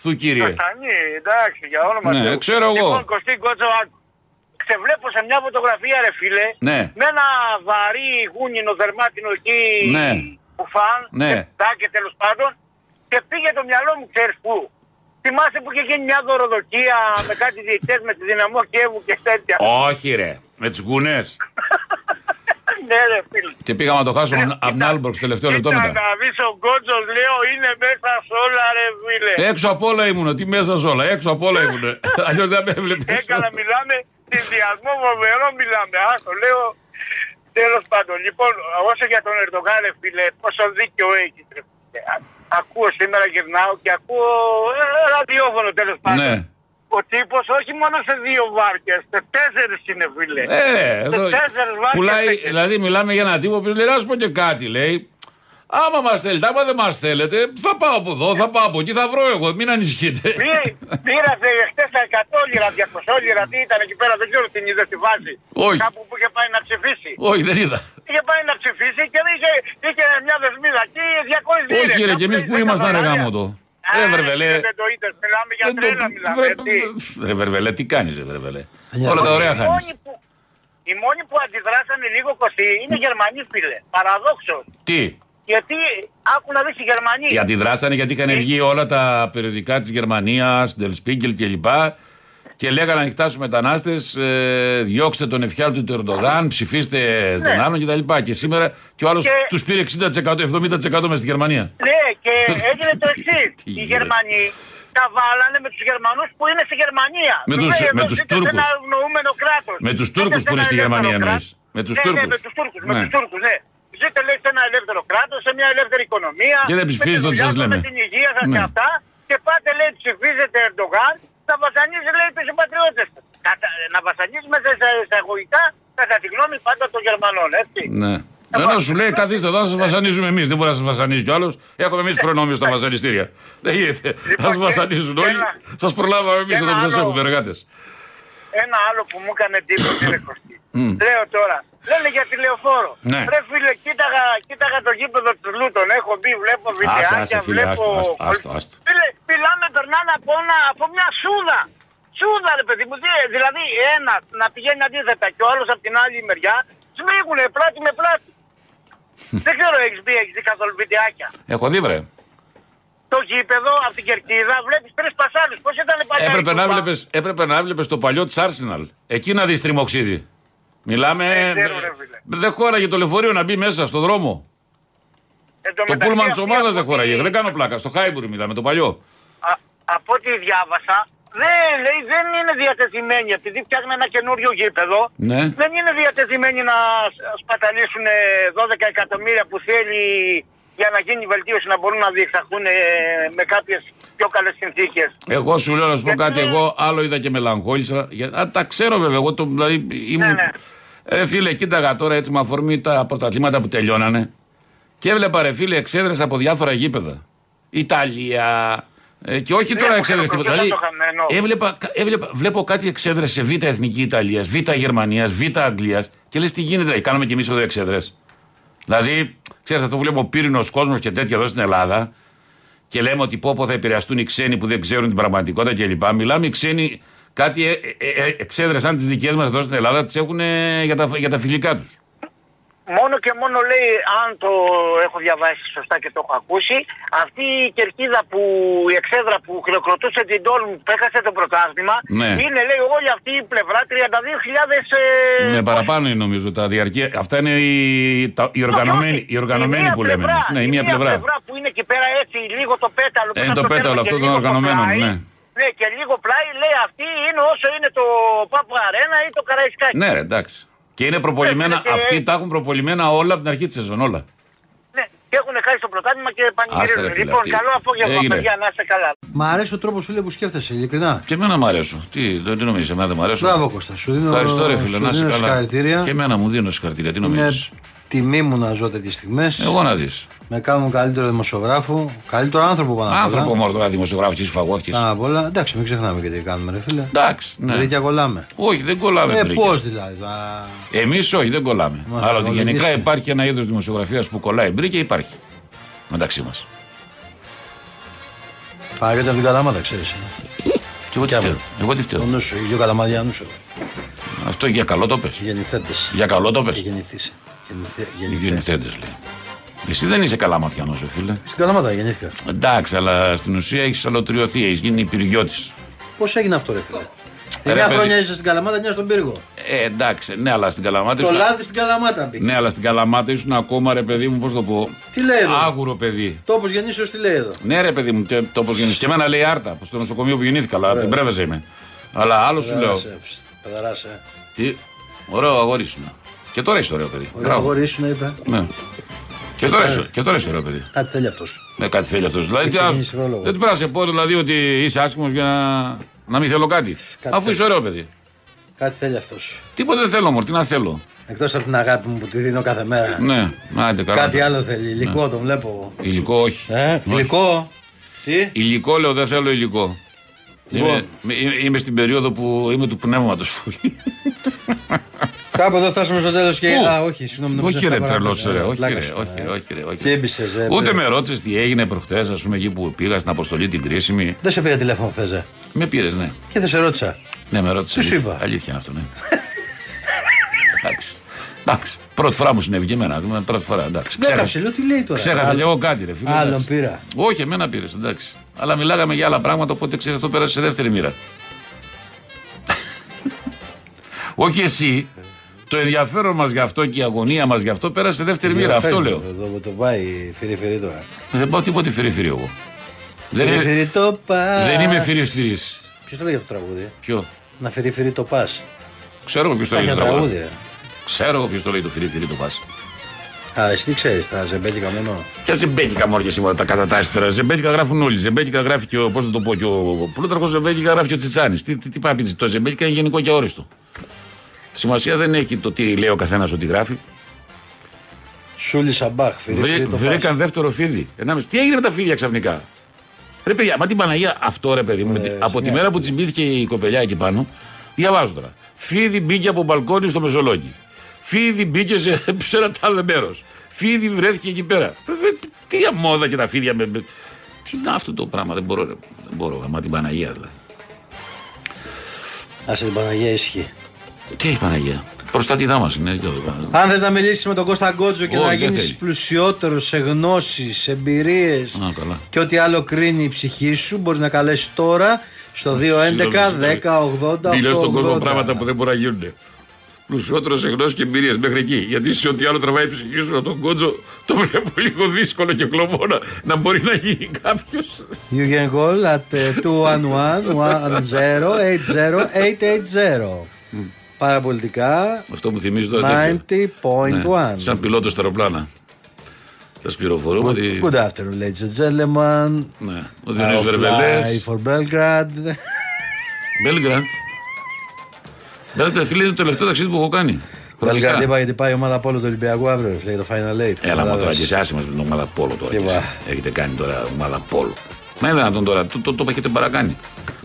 Speaker 2: Θου, κύριε.
Speaker 3: Καστανή, εντάξει, για όνομα
Speaker 2: Ναι,
Speaker 3: Θεού.
Speaker 2: ξέρω εγώ.
Speaker 3: Λοιπόν, Κωστή Κότσο, α, σε βλέπω σε μια φωτογραφία, ρε φίλε,
Speaker 2: Ναι.
Speaker 3: με ένα βαρύ γούνινο δερμάτινο εκεί
Speaker 2: Ναι.
Speaker 3: που φαν,
Speaker 2: Ναι.
Speaker 3: και τέλος πάντων, και πήγε το μυαλό μου, ξέρεις πού. Θυμάσαι που είχε γίνει μια δωροδοκία με κάτι διαιτητές με τη δυναμό Κιέβου και τέτοια.
Speaker 2: Όχι, ρε. Με τις γουνέ.
Speaker 3: ναι, ρε φίλε.
Speaker 2: Και πήγαμε να το χάσουμε από την Άλμπορκ τελευταίο λεπτό
Speaker 3: Κοίτα
Speaker 2: μετά.
Speaker 3: να δεις ο Γκότζος λέω είναι μέσα σε όλα ρε φίλε.
Speaker 2: Έξω απ' όλα ήμουν, τι μέσα σε όλα, έξω απ' όλα ήμουν. Αλλιώς δεν με έβλεπες.
Speaker 3: Έκανα μιλάμε, συνδυασμό φοβερό μιλάμε. Α, το λέω τέλος πάντων. Λοιπόν, όσο για τον Ερντογάν ρε φίλε, πόσο δίκιο έχει. ρε φίλε. Α- Ακούω σήμερα γυρνάω και ακούω ε, ραδιόφωνο τέλος πάντων.
Speaker 2: Ναι.
Speaker 3: Ο τύπος όχι μόνο σε δύο βάρκες, σε τέσσερις είναι φίλε.
Speaker 2: Ε, εδώ.
Speaker 3: τέσσερις βάρκες
Speaker 2: Πουλάει,
Speaker 3: έχεις.
Speaker 2: δηλαδή, μιλάμε για έναν τύπο που λέει: Να σου πω και κάτι, λέει. Άμα μας θέλετε, άμα δεν μας θέλετε, θα πάω από εδώ, θα πάω από εκεί, θα βρω εγώ. Μην ανησυχείτε.
Speaker 3: Πή- Πήρασε χτε τα 100 λίρα, 200 λίρα, τι ήταν εκεί πέρα, δεν ξέρω την είδε στη βάση.
Speaker 2: Όχι.
Speaker 3: Κάπου που είχε πάει να ψηφίσει.
Speaker 2: Όχι, δεν είδα.
Speaker 3: Είχε πάει να ψηφίσει και είχε, είχε μια δεσμίδα εκεί 200 λίρες.
Speaker 2: Όχι, ρε, και εμείς που ήμασταν, ρε γάμο το. Ε, βρεβελέ.
Speaker 3: Δεν το είδες, μιλάμε για
Speaker 2: δεν το-
Speaker 3: τρέλα, μιλάμε.
Speaker 2: βρε-
Speaker 3: έτσι.
Speaker 2: Ρε, βρεβελέ, τι κάνεις, ρε, βρεβελέ.
Speaker 4: Ναι.
Speaker 2: Όλα τα ωραία
Speaker 3: Οι
Speaker 2: χάνει.
Speaker 3: μόνοι που- Οι μόνοι που αντιδράσανε λίγο κοστί είναι οι Γερμανοί, φίλε. Παραδόξως.
Speaker 2: Τι,
Speaker 3: Γιατί άκου να δεις οι Γερμανοί.
Speaker 2: οι αντιδράσανε γιατί
Speaker 3: ε.
Speaker 2: είχαν βγει όλα τα περιοδικά της Γερμανίας, Der Spiegel κλπ. Και λέγανε ανοιχτά στους μετανάστες, ε, διώξτε τον εφιάλτη του Ερντογάν, ψηφίστε τον άλλον κτλ. Και, σήμερα και ο άλλος
Speaker 3: Ναι. Και-
Speaker 2: τους πήρε 60%, 70% μες στη Γερμανία.
Speaker 3: Ναι, και έγινε το εξής.
Speaker 2: Τι
Speaker 3: Οι
Speaker 2: γίνεται.
Speaker 3: Γερμανοί τα βάλανε με τους Γερμανούς που είναι στη Γερμανία.
Speaker 2: Με
Speaker 3: Του
Speaker 2: τους-
Speaker 3: λέει,
Speaker 2: με
Speaker 3: εδώ
Speaker 2: τους
Speaker 3: ζείτε σε
Speaker 2: Τούρκους.
Speaker 3: Ένα αγνοούμενο κράτος.
Speaker 2: Με τους Τούρκους που είναι στη Γερμανία, εννοείς. Με τους
Speaker 3: ναι,
Speaker 2: Τούρκους.
Speaker 3: Ναι, με τους Τούρκους. Με
Speaker 2: Ναι.
Speaker 3: τους Τούρκους, ναι. Ζείτε, λέει, σε ένα ελεύθερο κράτος, σε μια ελεύθερη οικονομία.
Speaker 2: Και δεν
Speaker 3: με τη
Speaker 2: ψηφίζετε ό,τι
Speaker 3: δουλειά
Speaker 2: σας
Speaker 3: σας,
Speaker 2: λέμε.
Speaker 3: Με την υγεία σας
Speaker 2: Ναι.
Speaker 3: και αυτά. Και πάτε, λέει, ψηφίζετε Ερντογάν, να βασανίζει, λέει, τους συμπατριώτες σα. Να βασανίζει μέσα σε εισαγωγικά, κατά τη γνώμη πάντα των Γερμανών, έτσι.
Speaker 2: Ναι.
Speaker 3: Ε,
Speaker 2: Ενώ σου λέει, καθίστε εδώ, θα σα βασανίζουμε εμείς. Δεν μπορεί να σας βασανίζει κι άλλος. Έχουμε εμείς προνόμιο στα βασανιστήρια. Δεν γίνεται. Θα σα
Speaker 3: Ε, Λοιπόν, και-
Speaker 2: βασανίζουν όλοι.
Speaker 3: ένα-
Speaker 2: Σας προλάβαμε εμείς
Speaker 3: και
Speaker 2: εδώ
Speaker 3: ένα
Speaker 2: που σας
Speaker 3: άλλο.
Speaker 2: έχουμε εργάτες.
Speaker 3: ένα άλλο που μου έκανε εντύπωση, ρε Κωστή. Λέω τώρα, λένε για τηλεοφόρο.
Speaker 2: Ναι.
Speaker 3: Ρε φίλε, κοίταγα, κοίταγα το γήπεδο του Λούτων. Έχω μπει, βλέπω
Speaker 2: άσε,
Speaker 3: βιντεάκια,
Speaker 2: φίλε,
Speaker 3: βλέπω...
Speaker 2: άστο, άστο, άστο, άστο.
Speaker 3: Φίλε, μιλάμε, περνάνε από, ένα, από μια σούδα. Σούδα, ρε παιδί μου. Δη- Δηλαδή, ένα να πηγαίνει αντίθετα και ο άλλος από την άλλη μεριά, σμίγουνε πλάτη με πλάτη. Δεν ξέρω, έχεις μπει, έχεις δει καθόλου βιντεάκια.
Speaker 2: Έχω δει, βρε.
Speaker 3: Το γήπεδο από την κερκίδα βλέπεις τρεις πασάλου. Πώς ήταν παλιά. η
Speaker 2: Έπρεπε να,
Speaker 3: σούδα.
Speaker 2: βλέπεις, έπρεπε να βλέπεις το παλιό της Arsenal. Εκεί να δεις τριμοξίδι. Μιλάμε...
Speaker 3: Δεν ξέρω, ρε φίλε.
Speaker 2: Δεν χώραγε το λεωφορείο να μπει μέσα στο δρόμο.
Speaker 3: Εν
Speaker 2: Το
Speaker 3: τω μεταξύ,
Speaker 2: πούλμαν της
Speaker 3: αυτή
Speaker 2: ομάδας δεν
Speaker 3: από
Speaker 2: χώραγε.
Speaker 3: τη-
Speaker 2: Δεν κάνω πλάκα. Στο Χάιμπουρ μιλάμε, το παλιό.
Speaker 3: Α- από ό,τι διάβασα,
Speaker 6: Δεν, λέει, δεν είναι διατεθειμένοι, επειδή φτιάχνουν ένα καινούριο γήπεδο,
Speaker 7: Ναι.
Speaker 6: δεν είναι διατεθειμένοι να σ- σπαταλήσουν ε, 12 εκατομμύρια που θέλει για να γίνει βελτίωση να μπορούν να διεξαχθούν ε, με κάποιες πιο καλές συνθήκες.
Speaker 7: Εγώ σου λέω να σου πω
Speaker 6: Γιατί
Speaker 7: κάτι.
Speaker 6: είναι-
Speaker 7: Εγώ άλλο είδα και μελαγχόλησα. Για... Α, τα ξέρω βέβαια. Εγώ το, δηλαδή, ήμουν...
Speaker 6: Ναι, ναι.
Speaker 7: Ε, φίλε, κοίταγα τώρα έτσι με αφορμή τα πρωταθλήματα που τελειώνανε. Και έβλεπα ρε φίλε εξέδρες από διάφορα γήπεδα. Ηταν. Ε, και όχι τώρα
Speaker 6: που
Speaker 7: εξέδρε
Speaker 6: είχαμε
Speaker 7: τίποτα.
Speaker 6: προβλήματα,
Speaker 7: Δηλαδή,
Speaker 6: το είχαμε, εννοώ.
Speaker 7: έβλεπα, έβλεπα, βλέπω κάτι εξέδρες σε Β' Εθνική Ιταλίας, Β' Γερμανίας, Β' Αγγλίας και λες τι γίνεται. ρε, Κάνουμε κι εμείς εδώ εξέδρες. Δηλαδή, ξέρεις, αυτό που βλέπω πύρινος κόσμος και τέτοια εδώ στην Ελλάδα και λέμε ότι πω πω θα επηρεαστούν οι ξένοι που δεν ξέρουν την πραγματικότητα κλπ. Μιλάμε οι ξένοι κάτι ε, ε, ε, εξέδρε σαν τις δικές μας εδώ στην Ελλάδα τις έχουν ε, για, τα, για τα φιλικά τους.
Speaker 6: Μόνο και μόνο λέει, αν το έχω διαβάσει σωστά και το έχω ακούσει, αυτή η κερκίδα που, η εξέδρα που χειροκροτούσε την Τόλμ που έχασε το πρωτάθλημα,
Speaker 7: Ναι.
Speaker 6: είναι λέει όλη αυτή η πλευρά 32.000. Ε,
Speaker 7: Ναι, παραπάνω είναι νομίζω τα διαρκεία. Αυτά είναι οι, τα, οι οργανωμένοι, οι οργανωμένοι που λέμε. εμείς. ναι, η μία πλευρά.
Speaker 6: που είναι εκεί πέρα έτσι, λίγο το πέταλο.
Speaker 7: Ε, είναι
Speaker 6: μετά
Speaker 7: το πέταλο
Speaker 6: τέλος και
Speaker 7: αυτό των
Speaker 6: λίγο το
Speaker 7: οργανωμένων,
Speaker 6: πλάι.
Speaker 7: ναι.
Speaker 6: Ναι, και λίγο πλάι λέει αυτή είναι όσο είναι το Πάπου Αρένα ή το Καραϊσκάκι.
Speaker 7: Ναι, ρε, εντάξει. Και είναι προπολιμένα,
Speaker 6: Ναι, και-
Speaker 7: αυτοί τα έχουν προπολιμένα όλα από την αρχή της σεζόν. Όλα.
Speaker 6: Ναι, και έχουν χάσει το πρωτάθλημα και
Speaker 7: Άστα, ρε,
Speaker 6: πανηγυρίζουν.
Speaker 7: φίλε,
Speaker 6: Λοιπόν,
Speaker 7: αυτή.
Speaker 6: καλό απόγευμα,
Speaker 7: Έγινε.
Speaker 6: παιδιά, να είστε καλά.
Speaker 4: Μ' αρέσει ο τρόπος, φίλε, που σκέφτεσαι, ειλικρινά.
Speaker 7: Και εμένα μου αρέσουν. Τι, δεν τι νομίζεις, εμένα δεν μου αρέσουν.
Speaker 4: Μπράβο, Κώστα. Σου δίνω,
Speaker 7: Ευχαριστώ, ρε φίλε,
Speaker 4: σου
Speaker 7: να είσαι
Speaker 4: δίνω
Speaker 7: καλά.
Speaker 4: συγχαρητήρια.
Speaker 7: Και εμένα μου δίνω συγχαρητήρια, τι
Speaker 4: Είναι
Speaker 7: νομίζεις.
Speaker 4: τιμή μου να ζω τέτοιες στιγμές.
Speaker 7: Εγώ να δεις.
Speaker 4: Με κάνουν καλύτερο δημοσιογράφο, καλύτερο άνθρωπο πάνω απ' όλα.
Speaker 7: Άνθρωπο μόνο τώρα δημοσιογράφος και φαγώθηκες.
Speaker 4: Πάνω απ' όλα. Εντάξει, μην ξεχνάμε και τι κάνουμε, ρε φίλε.
Speaker 7: Εντάξει, ναι.
Speaker 4: Βρήκια κολλάμε.
Speaker 7: Όχι, δεν κολλάμε.
Speaker 4: Ε,
Speaker 7: Ε,
Speaker 4: πώς δηλαδή. α,
Speaker 7: Εμείς όχι, δεν κολλάμε.
Speaker 4: Μας,
Speaker 7: Αλλά ότι
Speaker 4: κολλάμε και
Speaker 7: γενικά
Speaker 4: εσύ.
Speaker 7: υπάρχει ένα είδος δημοσιογραφίας που κολλάει μπρίκε, υπάρχει. Μεταξύ μας.
Speaker 4: Παραγγέλνει από την καλαμάδα, ξέρει.
Speaker 7: Και εγώ τι
Speaker 4: Κι
Speaker 7: φταίω.
Speaker 4: άλλο.
Speaker 7: Εγώ τις
Speaker 4: Το
Speaker 7: φταίω.
Speaker 4: νους σου, οι δύο καλαμάδια νους σου.
Speaker 7: Αυτό για καλό το πες.
Speaker 4: Και γεννηθέτε.
Speaker 7: Για καλό το πες.
Speaker 4: Και ε, γεννηθεί.
Speaker 7: Οι
Speaker 4: Γεννηθέ.
Speaker 7: γεννηθέντες λέει. Εσύ δεν είσαι καλά ματιανός, φίλε.
Speaker 4: Στην καλαμάδα γεννήθηκα.
Speaker 7: Εντάξει, αλλά στην ουσία έχεις αλωτριωθεί, έχεις γίνει υπηριώτη.
Speaker 4: Πώς έγινε αυτό, ρε φίλε.
Speaker 7: Ρε,
Speaker 4: 9
Speaker 7: παιδί.
Speaker 4: χρόνια είσαι στην καλαμάδα, 9 στον πύργο.
Speaker 7: Ε, εντάξει, ναι, αλλά στην Καλαμάτα
Speaker 4: Το
Speaker 7: ήσουν.
Speaker 4: λάδι στην καλαμάτα μπήκε.
Speaker 7: Ναι, αλλά στην Καλαμάτα ήσουν ακόμα ρε παιδί μου, πώς το πω.
Speaker 4: Τι λέει εδώ.
Speaker 7: Άγουρο παιδί.
Speaker 4: Τόπος γεννήσεως τι λέει εδώ.
Speaker 7: Ναι, ρε παιδί μου, και το όπω γεννήθηκε. Και εμένα λέει Άρτα, που στο νοσοκομείο που γεννήθηκα,
Speaker 4: Ε.
Speaker 7: αλλά από την πρέβεζα είμαι. Αλλά άλλο σου λέω.
Speaker 4: Πεδαράσε.
Speaker 7: Τι, ωραίο αγόρι σου. Και τώρα είσαι ωραίο παιδί.
Speaker 4: Ωραίο
Speaker 7: Μπράβο.
Speaker 4: αγόρι Ε. σου να είπε.
Speaker 7: Ναι. Και τώρα είσαι- Και τώρα είσαι ωραίο παιδί.
Speaker 4: Κάτι θέλει αυτός.
Speaker 7: Ναι, κάτι θέλει αυτός. Δηλαδή, τι
Speaker 4: ξεκινήσει
Speaker 7: ας-
Speaker 4: πρόλογο.
Speaker 7: δεν του πειράζει πω δηλαδή ότι είσαι άσχημος για να, να μην θέλω κάτι.
Speaker 4: Κάτι
Speaker 7: Αφού
Speaker 4: θέλει.
Speaker 7: είσαι ωραίο παιδί.
Speaker 4: Κάτι θέλει αυτός.
Speaker 7: Τίποτα δεν θέλω, Μωρ, τι να θέλω.
Speaker 4: Εκτός από την αγάπη μου που τη δίνω κάθε μέρα.
Speaker 7: Ναι, άντε καλά.
Speaker 4: Κάτι άλλο θέλει. Υλικό τον βλέπω εγώ.
Speaker 7: Υλικό, όχι.
Speaker 4: Ε, υλικό. Τι.
Speaker 7: Υλικό λέω, δεν θέλω υλικό.
Speaker 4: Λοιπόν.
Speaker 7: Είμαι, είμαι- είμαι στην περίοδο που είμαι του πνεύματος.
Speaker 4: Κάπου εδώ φτάσαμε στο τέλος και.
Speaker 7: Πού?
Speaker 4: Α, όχι, συγγνώμη. νόμιζα
Speaker 7: Όχι,
Speaker 4: αυτά
Speaker 7: ρε τρελό,
Speaker 4: παραπέρα.
Speaker 7: ρε.
Speaker 4: Ε,
Speaker 7: Όχι,
Speaker 4: πλάκα
Speaker 7: ρε.
Speaker 4: σου,
Speaker 7: Όχι,
Speaker 4: ε.
Speaker 7: ρε, όχι, ρε, όχι.
Speaker 4: Τσίμπησες, ε, ρε,
Speaker 7: Ούτε
Speaker 4: παι-
Speaker 7: με ρώτησες τι έγινε προχτές, ας πούμε, εκεί που πήγα στην αποστολή την κρίσιμη.
Speaker 4: Δεν σε πήρα τηλέφωνο χθες.
Speaker 7: Με πήρες, ναι.
Speaker 4: Και δεν σε ρώτησα.
Speaker 7: Ναι, με ρώτησες.
Speaker 4: Τι σου
Speaker 7: αλήθεια.
Speaker 4: είπα?
Speaker 7: Αλήθεια είναι αυτό, ναι. εντάξει. εντάξει. Πρώτη φορά μου συνέβη και εμένα. δηλαδή, Πρώτη φορά, εντάξει.
Speaker 4: Δεν έκαψε, λέω τι λέει τώρα.
Speaker 7: Ξέχασα
Speaker 4: Άλλο-
Speaker 7: και εγώ κάτι, ρε φίλε.
Speaker 4: Άλλον
Speaker 7: εντάξει.
Speaker 4: πήρα.
Speaker 7: Όχι, εμένα πήρες, εντάξει. Αλλά μιλάγαμε για άλλα πράγματα, οπότε ξέρεις αυτό πέρασε σε δεύτερη μοίρα. Όχι εσύ. Το ενδιαφέρον μας γι' αυτό και η αγωνία μας γι' αυτό πέρασε σε δεύτερη μοίρα. Αυτό
Speaker 4: Φέρνει
Speaker 7: λέω.
Speaker 4: Εδώ που το πάει φυρί-φυρί τώρα.
Speaker 7: Δεν πάω τίποτε φυρί-φυρί εγώ. Δεν, είμαι-
Speaker 4: Φυρί-φυρί το πας.
Speaker 7: δεν είμαι φυρί-φυρί.
Speaker 4: Ποιος το λέει αυτό το τραγούδι.
Speaker 7: Ποιο.
Speaker 4: Να φυρί-φυρί το πας.
Speaker 7: Ξέρω ποιος το
Speaker 4: Υπάρχει
Speaker 7: λέει το
Speaker 4: ένα τραγούδι,
Speaker 7: τραγούδι.
Speaker 4: ρε.
Speaker 7: Ξέρω ποιος το λέει το φυρί-φυρί το πας.
Speaker 4: Α, εσύ τι ξέρει, θα σε μπέλικα μόνο.
Speaker 7: Ποια ζεμπέτικα μόρια σήμερα τα κατατάσσεις τώρα. Ζεμπέτικα γράφουν όλοι. Ζεμπέτικα γράφει και ο. Πώς να το πω, και ο Πλούταρχος Ζεμπέτικα γράφει και ο Τσιτσάνης. Τι, τι, τι πάει να πει, το Ζεμπέτικα είναι γενικό και αόριστο. Σημασία δεν έχει το τι λέει ο καθένας ότι γράφει.
Speaker 4: Σούλη Σαμπάχ,
Speaker 7: Βρή-
Speaker 4: φυρί-φυρί το πα.
Speaker 7: Ε, Βρήκαν δεύτερο φίδι. Ενάμιση. Τι έγινε με τα φίδια ξαφνικά. Ρε παιδιά, μα την Παναγία αυτό ρε παιδί μου. με τη- από τη μέρα που τσιμπήθηκε η κοπελιά εκεί πάνω, διαβάζω τώρα. Φίδι μπήκε από μπαλκόνι στο Μεσολόγγι. Φίδι μπήκε σε, σε ένα άλλο μέρος. Φίδι βρέθηκε εκεί πέρα. Ρε, ρε, τι- Τι αμόδα και τα φίδια. Με, με- Τι είναι αυτό το πράγμα, δεν μπορώ. Ρε. Δεν μπορώ, γαμά την Παναγία δηλαδή.
Speaker 4: Α την Παναγία ισχύει.
Speaker 7: Τι έχει η Παναγία. Προστατηδά μας είναι. δεν το-
Speaker 4: Αν θες να μιλήσεις με τον Κώστα Γκότζο και
Speaker 7: Όχι,
Speaker 4: να
Speaker 7: δεν
Speaker 4: γίνεις
Speaker 7: θέλει. Ναι.
Speaker 4: πλουσιότερος σε γνώσεις, εμπειρίες
Speaker 7: Α, καλά.
Speaker 4: και ό,τι άλλο κρίνει η ψυχή σου, μπορείς να καλέσεις τώρα στο 211 10 80
Speaker 7: Μιλάω στον κόσμο
Speaker 4: 80.
Speaker 7: πράγματα που δεν μπορούν να γίνουν. πλουσιότερος σε γνώση και εμπειρία μέχρι εκεί. Γιατί σε ό,τι άλλο τραβάει η ψυχή σου από τον κότζο, το βλέπω λίγο δύσκολο και κλωμόνα να μπορεί να γίνει κάποιος.
Speaker 4: You can call at ε, 211-1080880. Παραπολιτικά
Speaker 7: Αυτό μου θυμίζει τώρα. Ε, τέτοιο.
Speaker 4: 90.1.
Speaker 7: Ναι, σαν πιλότος στα αεροπλάνα. Σα πληροφορώ ότι.
Speaker 4: Good afternoon, ladies and gentlemen.
Speaker 7: Ναι, ο Διονύσης
Speaker 4: I'll
Speaker 7: Βερβελές,
Speaker 4: fly for Belgrade.
Speaker 7: Belgrade. Belgrade, φίλε, είναι το τελευταίο ταξίδι που έχω κάνει.
Speaker 4: Belgrade
Speaker 7: Χρονικά.
Speaker 4: είπα γιατί πάει η ομάδα πόλο του Ολυμπιακού αύριο, ρε φίλε, για το Final 8.
Speaker 7: Έλα μα τώρα και σε άσε μας με την ομάδα Πόλο τώρα.
Speaker 4: Τι
Speaker 7: κι
Speaker 4: βα.
Speaker 7: εσύ. Έχετε κάνει τώρα ομάδα Πόλο. Μα είναι δυνατόν τώρα, το, το, το έχετε παρακάνει.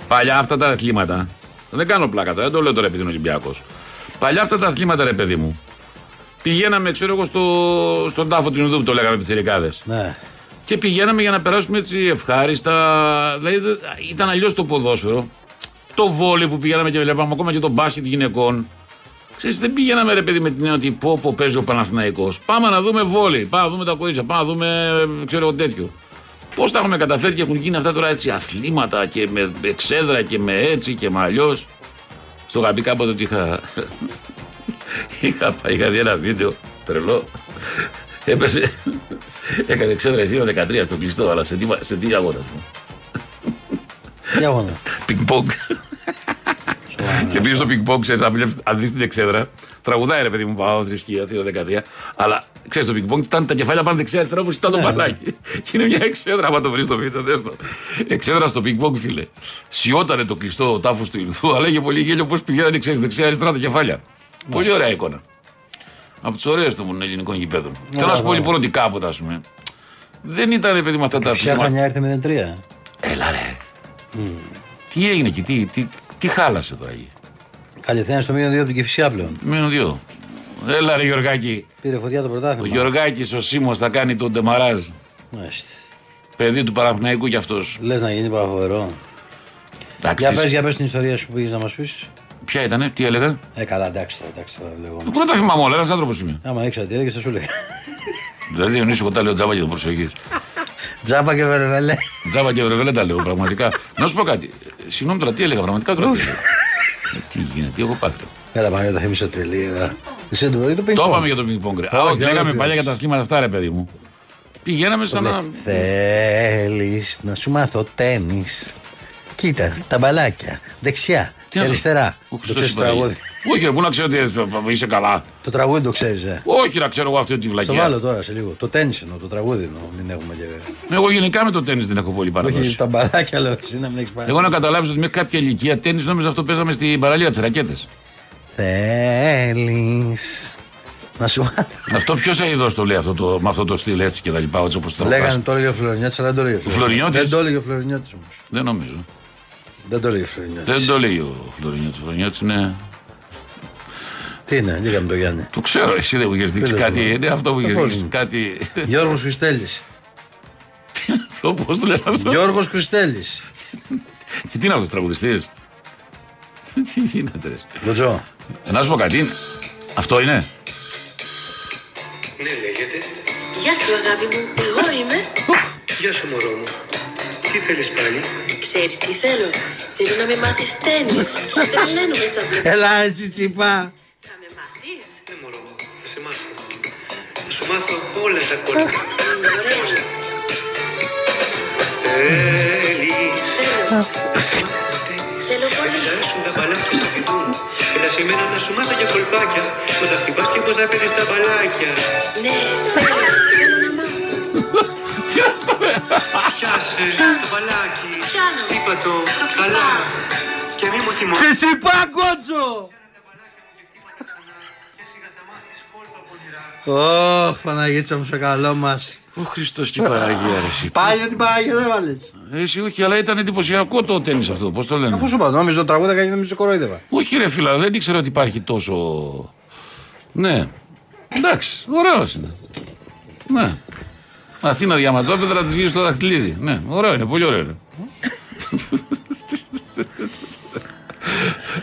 Speaker 7: Παλιά αυτά τα αθλήματα. Δεν κάνω πλάκα τώρα, δεν το λέω τώρα επειδή είναι Ολυμπιακός. Παλιά αυτά τα αθλήματα, ρε παιδί μου. Πηγαίναμε, ξέρω εγώ, στο, στον τάφο του Ινδού που το λέγαμε πιτσιρικάδες.
Speaker 4: Ναι.
Speaker 7: Και πηγαίναμε για να περάσουμε έτσι ευχάριστα. Δηλαδή δε- ήταν αλλιώς το ποδόσφαιρο. Το βόλι που πηγαίναμε και βλέπαμε ακόμα και το μπάσκετ γυναικών. Ξέρεις, δεν πηγαίναμε ρε παιδί με την έννοια ότι πω, πω παίζει ο Παναθηναϊκός. Πάμε να δούμε βόλι, πάμε να δούμε τα κορίτσια, πάμε να δούμε ε, ξέρω εγώ, τέτοιο. Πώς τα έχουμε καταφέρει και έχουν γίνει αυτά τώρα έτσι αθλήματα και με εξέδρα και με έτσι και με αλλιώς. Στο γαμπί κάποτε ότι είχα. είχα, πάει- είχα δει ένα βίντεο τρελό. Έπεσε. Έκανε εξέδρα εθνίδα 13 στο κλειστό, αλλά σε τι, μα- σε τι αγώνας.
Speaker 4: Για γόνα.
Speaker 7: Πινκ-πονκ. και πίσω στο πινκ-πονκ, ξέρει, αν βλέπεις- αν δεις την εξέδρα, τραγουδάει ρε παιδί μου, πάω θρησκεία, θύρα 13. Αλλά ξέρεις το πινκ-πονκ, ήταν τα κεφάλια πάνω δεξιά, αριστερά όπως ήταν το παλάκι. και είναι μια εξέδρα, άμα το βρεις το βίντεο, δες το. Εξέδρα στο πινκ-πονκ, φίλε. Σιώτανε το κλειστό ο τάφος του Ιλθού, αλλά είχε πολύ γέλιο πώς πηγαίνανε, ξέρεις, δεξιά, αριστερά τα κεφάλια. Πολύ ωραία εικόνα. Από τις ωραίες των ελληνικών γηπέδων. Θέλω να σου πω λοιπόν ότι κάποτε, ας πούμε, δεν ήταν ρε παιδί μου αυτά τα
Speaker 4: Ποια
Speaker 7: αθλήματα.
Speaker 4: χρονιά ήρθε 03.
Speaker 7: Έλα ρε. Τι έγινε εκεί, τι, τι, τι χάλασε τώρα εκεί.
Speaker 4: Καλυθένα στο μείον 2 από την Κυφυσιά πλέον.
Speaker 7: Μείνω δύο. Έλα ρε Γιωργάκη.
Speaker 4: Πήρε φωτιά το
Speaker 7: Ο
Speaker 4: πρωτάθλημα.
Speaker 7: Γιωργάκης ο Σίμος θα κάνει τον Ντεμαράζ.
Speaker 4: Μάλιστα.
Speaker 7: Παιδί του Παναθηναϊκού κι αυτός.
Speaker 4: Λες να γίνει παφοβερό.
Speaker 7: Εντάξει,
Speaker 4: Για
Speaker 7: τις-
Speaker 4: πες για πες την ιστορία σου που πήγες να μας πεις.
Speaker 7: Ποια ήτανε, τι έλεγα.
Speaker 4: Ε, καλά, εντάξει τώρα, εντάξει τώρα λέγω.
Speaker 7: Εγώ δεν τα θυμάμαι όλα, ένας άνθρωπος είμαι.
Speaker 4: Άμα ήξερα τι έλεγες, θα σου έλεγα.
Speaker 7: Δηλαδή ο Νίσο λέω τζάμπα και το προσεγγείς.
Speaker 4: Τζάμπα και βερβελέ.
Speaker 7: Τζάμπα και βρεβελέ τα λέω πραγματικά. Να σου πω κάτι. Ε, Συγγνώμη τώρα, τι έλεγα πραγματικά τώρα. τι έλεγα. Ε, Τι γίνεται, τι έχω πάθει. ρε.
Speaker 4: Έλα, Παναγιώτα, θύμισε τελεία. ε. Εσύ το πρωί το πήγε.
Speaker 7: Το είπαμε για το πινκ πονγκ.
Speaker 4: Όχι,
Speaker 7: Α, όχι,
Speaker 4: δεν
Speaker 7: λέγαμε
Speaker 4: λέω.
Speaker 7: παλιά για τα αθλήματα αυτά, ρε παιδί μου. Πηγαίναμε σαν
Speaker 4: ναι.
Speaker 7: να.
Speaker 4: Θέλεις Ε, να σου μάθω τέννη. Κοίτα, τα μπαλάκια. Δεξιά,
Speaker 7: Τι να-
Speaker 4: αριστερά.
Speaker 7: Ο
Speaker 4: Το
Speaker 7: Χριστός
Speaker 4: ξέρεις το
Speaker 7: είπα,
Speaker 4: τραγούδι.
Speaker 7: Όχι, ρε, πού να ξέρω ότι ε, είσαι καλά.
Speaker 4: Το τραγούδι το ξέρεις.
Speaker 7: Όχι, να ξέρω εγώ αυτή τη
Speaker 4: Στο
Speaker 7: βλακία.
Speaker 4: βάλω τώρα σε λίγο. Το τέννη εννοώ, το τραγούδι εννοώ. Μην έχουμε και.
Speaker 7: Εγώ γενικά με το τέννη δεν έχω πολύ
Speaker 4: Όχι
Speaker 7: παραδόση.
Speaker 4: τα μπαλάκια, λέω εσύ να μην έχεις πάρει.
Speaker 7: Εγώ να καταλάβεις ότι με κάποια ηλικία τέννη νόμιζα αυτό παίζαμε στην παραλία τη ρακέτες.
Speaker 4: Θέλεις να σου μάθω.
Speaker 7: Αυτό ποιος αειδό το λέει αυτό το, με αυτό το στυλ έτσι και τα λοιπά, έτσι όπως το
Speaker 4: Λέγανε
Speaker 7: λέγανε.
Speaker 4: το έλεγε ο Φλωρινιώτης, αλλά δεν το έλεγε
Speaker 7: Φλωρινιώτης?
Speaker 4: ο Δεν το έλεγε ο Φλωρινιώτης όμως.
Speaker 7: Δεν νομίζω.
Speaker 4: Δεν το έλεγε ο Φλωρινιώτης.
Speaker 7: Δεν το λέει ο Φλωρινιώτης. Ο Φλωρινιώτης είναι.
Speaker 4: Τι είναι, λίγα με το Γιάννη.
Speaker 7: Το ξέρω, εσύ δεν μου είχε δείξει
Speaker 4: δεν
Speaker 7: κάτι.
Speaker 4: θυμάμαι.
Speaker 7: Είναι αυτό που είχε
Speaker 4: Ε, πώς
Speaker 7: δείξει.
Speaker 4: μου.
Speaker 7: Κάτι.
Speaker 4: Γιώργος Χριστέλης.
Speaker 7: Πώς το λες αυτό.
Speaker 4: Γιώργος Χριστέλης.
Speaker 7: Και τι είναι αυτός τραγουδιστής. Τι γίνεται. ρε.
Speaker 4: Γκοτζό.
Speaker 7: Ε, Να σου πω κάτι. είναι. Αυτό είναι.
Speaker 8: Ναι, λέγεται.
Speaker 9: Γεια σου αγάπη μου, εγώ είμαι.
Speaker 8: Γεια σου, μωρό μου. Τι θέλεις πάλι.
Speaker 9: Ξέρεις τι θέλω, θέλω να με μάθεις τέννις. Τρελαίνουμε σαν πλέον.
Speaker 4: Έλα έτσι τσιπά.
Speaker 9: Θα με μάθεις.
Speaker 8: Ναι, μωρό μου. Θα σε μάθω. Θα σου μάθω όλα τα κόλπα.
Speaker 9: Είναι ωραίο.
Speaker 8: Θέλεις.
Speaker 9: Θέλω,
Speaker 8: Θέλεις.
Speaker 9: Θέλω
Speaker 8: Να
Speaker 9: πολύ.
Speaker 8: ψάρουν τα μπαλάκια στα φυτούν. Έλα σε μένα να σου μάθω για κολπάκια. Πώς θα χτυπάς και πώς θα παίζεις τα μπαλάκια.
Speaker 9: ναι, θέλω, θέλω να μάθω.
Speaker 8: Πιάσε το μπαλάκι.
Speaker 9: Πιάνω.
Speaker 8: Χτύπα το.
Speaker 9: Το χτυπάω.
Speaker 8: Καλά. Και μη μου θυμώ.
Speaker 4: Σε τσιπά, Γκοτζό.
Speaker 8: Και σιγά θα μάθεις κόλπα πονηρά.
Speaker 4: Ωχ, Παναγίτσα μου, σε καλό μας.
Speaker 7: Ο Χριστός και η Παραγία. ρε, εσύ.
Speaker 4: Πάλι ότι Παναγίτσα δεν βάλε.
Speaker 7: Ε, Εσύ όχι, αλλά ήταν εντυπωσιακό το τέννη αυτό. Πώς το λένε.
Speaker 4: Αφού σου είπα, νόμιζα το τραγούδι έκανε νομίζω κοροϊδεύα.
Speaker 7: Όχι, ρε φίλα, δεν ήξερα ότι υπάρχει τόσο. Ναι. Εντάξει, ωραίος είναι. Ναι. Αθήνα διαματόπεδρα της γης στο δαχτυλίδι. Ναι, ωραίο είναι, πολύ ωραίο είναι.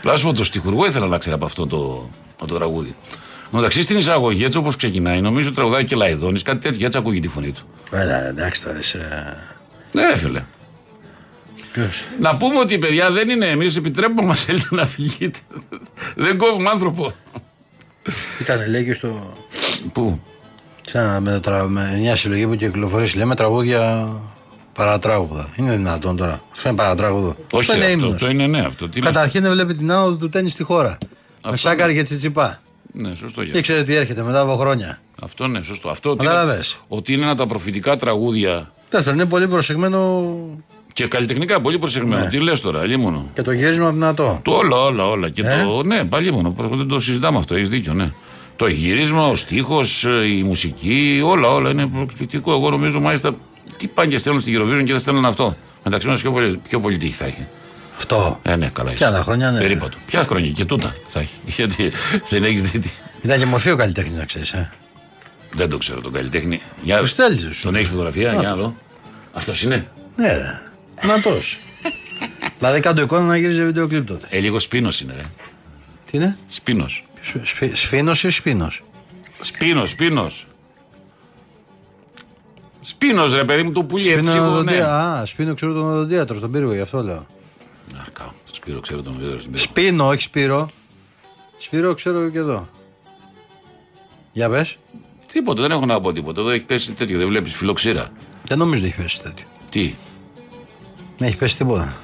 Speaker 7: Να σου πω το στιχουργό ήθελα να ξέρω από αυτό το, από το τραγούδι. Εν τω μεταξύ στην εισαγωγή, έτσι όπως ξεκινάει, νομίζω τραγουδάει και Λαϊδόνης, κάτι τέτοιο, έτσι ακούγει τη φωνή του.
Speaker 4: Έλα, εντάξει τώρα. Είσαι...
Speaker 7: Ναι, ρε φίλε. Να πούμε ότι παιδιά δεν είναι εμείς, επιτρέπουμε μας θέλετε να φυγείτε. Δεν κόβουμε άνθρωπο.
Speaker 4: Ήταν λέγει στο.
Speaker 7: Πού.
Speaker 4: σε ένα- με, το τρα- με μια συλλογή που κυκλοφορεί, λέμε τραγούδια παρατράγουδα. Είναι δυνατόν τώρα. Αυτό είναι παρατράγουδο.
Speaker 7: Όχι
Speaker 4: είναι
Speaker 7: αυτό.
Speaker 4: ύμνος.
Speaker 7: Το είναι ναι αυτό. Τι λες.
Speaker 4: Καταρχήν δεν βλέπεις την άνοδο του τέννη στη χώρα. Με
Speaker 7: Αυτό
Speaker 4: σάκαρ και τσιτσιπά.
Speaker 7: Ναι, σωστό
Speaker 4: Και
Speaker 7: για.
Speaker 4: ξέρετε τι έρχεται μετά από χρόνια.
Speaker 7: Αυτό ναι, σωστό. Αυτό ότι, είναι,
Speaker 4: Κατάλαβες.
Speaker 7: ότι είναι ένα από τα προφητικά τραγούδια
Speaker 4: Δεύτερον, είναι πολύ προσεγμένο
Speaker 7: και καλλιτεχνικά πολύ προσεγμένο.
Speaker 4: Ναι.
Speaker 7: Τι λες τώρα, λίμωνο.
Speaker 4: και το γύρισμα δυνατό.
Speaker 7: Το όλα, όλα, όλα. Και
Speaker 4: Ε?
Speaker 7: το, ναι, πάλι μόνο. Δεν το συζητάμε αυτό. Έχεις δίκιο, ναι. Το γύρισμα, ο στίχος, η μουσική, όλα, όλα είναι προκλητικό. Εγώ νομίζω μάλιστα. Τι πάνε και στέλνουν στην Eurovision και δεν στέλνουν αυτό. Μεταξύ μας πιο, πολύ- πιο πολύ τύχη θα έχει.
Speaker 4: Αυτό.
Speaker 7: Ε, ναι, καλά. είσαι.
Speaker 4: άλλα χρόνια, ναι.
Speaker 7: Περίπατο. Ποια χρόνια και τούτα θα έχει. Γιατί δεν έχεις δει. τι-
Speaker 4: Ήταν και μορφή ο καλλιτέχνης, να ξέρεις. Ε.
Speaker 7: Δεν το ξέρω τον καλλιτέχνη. Για...
Speaker 4: Ο Στέλιος.
Speaker 7: Τον έχεις φωτογραφία, για να δω. Αυτός είναι.
Speaker 4: Ναι, ρε. Δυνατό. δηλαδή κάτω εικόνα να γύριζε βίντεο κλειπ τότε.
Speaker 7: Ε, λίγο σπίνος είναι, ρε.
Speaker 4: Τι είναι,
Speaker 7: Σπίνος.
Speaker 4: Σφίνο ή Σπίνος.
Speaker 7: Σπίνος, σπίνος. Σπίνος, ρε παιδί μου, το πουλί έτσι
Speaker 4: Σπίνο
Speaker 7: λίγο. Ναι.
Speaker 4: οδοντία.
Speaker 7: Α,
Speaker 4: Α, Σπίνο ξέρω τον οδοντίατρο στον πύργο, γι' αυτό λέω.
Speaker 7: κα- Σπύρο, ξέρω τον βίντεο. Σπύρο.
Speaker 4: Σπίνο, όχι Σπύρο. Σπύρο ξέρω και εδώ. Για πες.
Speaker 7: Τίποτα, δεν έχω να πω τίποτα. Εδώ έχει πέσει τέτοιο, δεν βλέπεις φιλοξήρα.
Speaker 4: Δεν νομίζω ότι έχει πέσει τέτοιο.
Speaker 7: Τι,
Speaker 4: Δεν έχει πέσει τίποτα.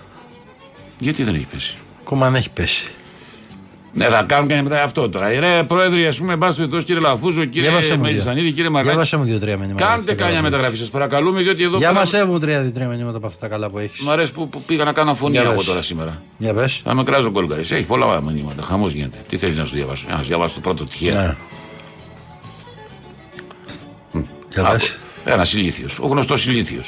Speaker 7: γιατί δεν έχει πέσει.
Speaker 4: Ακόμα δεν έχει πέσει.
Speaker 7: Ναι, θα κάνουν και μετά αυτό τώρα. Ε, Ρε, πρόεδρε, ας πούμε, μπα κύριε Λαφούζο, κύριε
Speaker 4: Διάβασέ μου δύο.
Speaker 7: Μελισανίδη, κύριε Μαργάκη.
Speaker 4: Διάβασέ μου δύο-τρία μηνύματα.
Speaker 7: Κάντε καμιά μεταγραφή, σας παρακαλούμε, διότι εδώ
Speaker 4: Για
Speaker 7: πέρα
Speaker 4: μας έβγουν τρία-τρία μηνύματα από αυτά τα καλά που έχεις.
Speaker 7: Μ' αρέσει που, που πήγα να κάνω φωνή
Speaker 4: Για
Speaker 7: εγώ
Speaker 4: πες.
Speaker 7: τώρα σήμερα.
Speaker 4: Για πες.
Speaker 7: Θα με κράζω κόλκαρη. Έχει πολλά μηνύματα. Χαμός γίνεται. Τι θέλεις να σου διαβάσω. Να σου διαβάσω το πρώτο τυχαίο.
Speaker 4: Ναι. Για πες.
Speaker 7: Ένας ηλίθιος. Ο γνωστός ηλίθιος.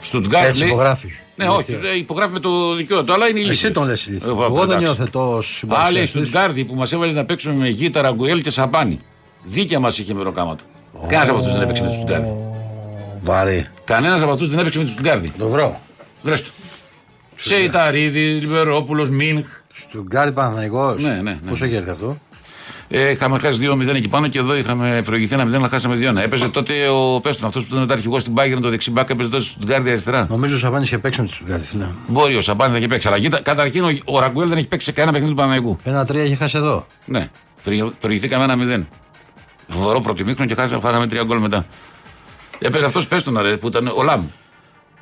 Speaker 7: Στουτγκάρτ.
Speaker 4: Έτσι
Speaker 7: λέει-
Speaker 4: υπογράφει.
Speaker 7: Ναι,
Speaker 4: Ηλίθιος.
Speaker 7: όχι. ρε, Υπογράφει με το δικαίωμα του, αλλά είναι Ε, ηλίθιο.
Speaker 4: Εσύ τον λες ηλίθιο. Εγώ δεν νιώθω ω
Speaker 7: Άλλοι
Speaker 4: συμπαρουσιαστή.
Speaker 7: Στουτγκάρδι που μας έβαλες να παίξουμε με γύταρα, γκουέλ και σαμπάνι. Δίκαια μας είχε με ροκάμα του. Κανένας από αυτούς δεν έπαιξε με τους Στουτγκάρδι.
Speaker 4: Βαρύ.
Speaker 7: Κανένας από αυτούς δεν έπαιξε με τους Στουτγκάρδι.
Speaker 4: Το βρω.
Speaker 7: Βρες του. Σεϊταρίδη, Λιβερόπουλος, Μίνχ.
Speaker 4: Στουτγκάρτ Παναθανικό.
Speaker 7: Ναι, ναι, ναι.
Speaker 4: Πώς έχει έρθει αυτό.
Speaker 7: Ε, είχαμε χάσει 2-0 εκεί πάνω και εδώ είχαμε προηγηθεί ένα 0, αλλά χάσαμε 2-1. Έπαιζε τότε ο Πέστον, αυτός που ήταν μεταρχηγό στην Πάγκερ, το δεξί μπακ, έπαιζε τότε στην Γκάρδια αριστερά.
Speaker 4: Νομίζω ο Σαββάνη είχε παίξει με τη ναι. Στουτγκάρτ. φίλε.
Speaker 7: Μπορεί ο Σαμπάνης να έχει παίξει. Αλλά κοίτα, καταρχήν ο, ο Ραγκουέλ δεν έχει παίξει σε κανένα παιχνίδι του Παναγικού.
Speaker 4: Ένα-τρία είχε χάσει εδώ.
Speaker 7: Ναι, προηγη- προηγηθήκαμε ένα 0. Φοβερό πρωτομήχρονο και χάσαμε, φάγαμε τρία γκολ μετά. Έπαιζε αυτός Πέστον, ρε, που ήταν ο Λαμ.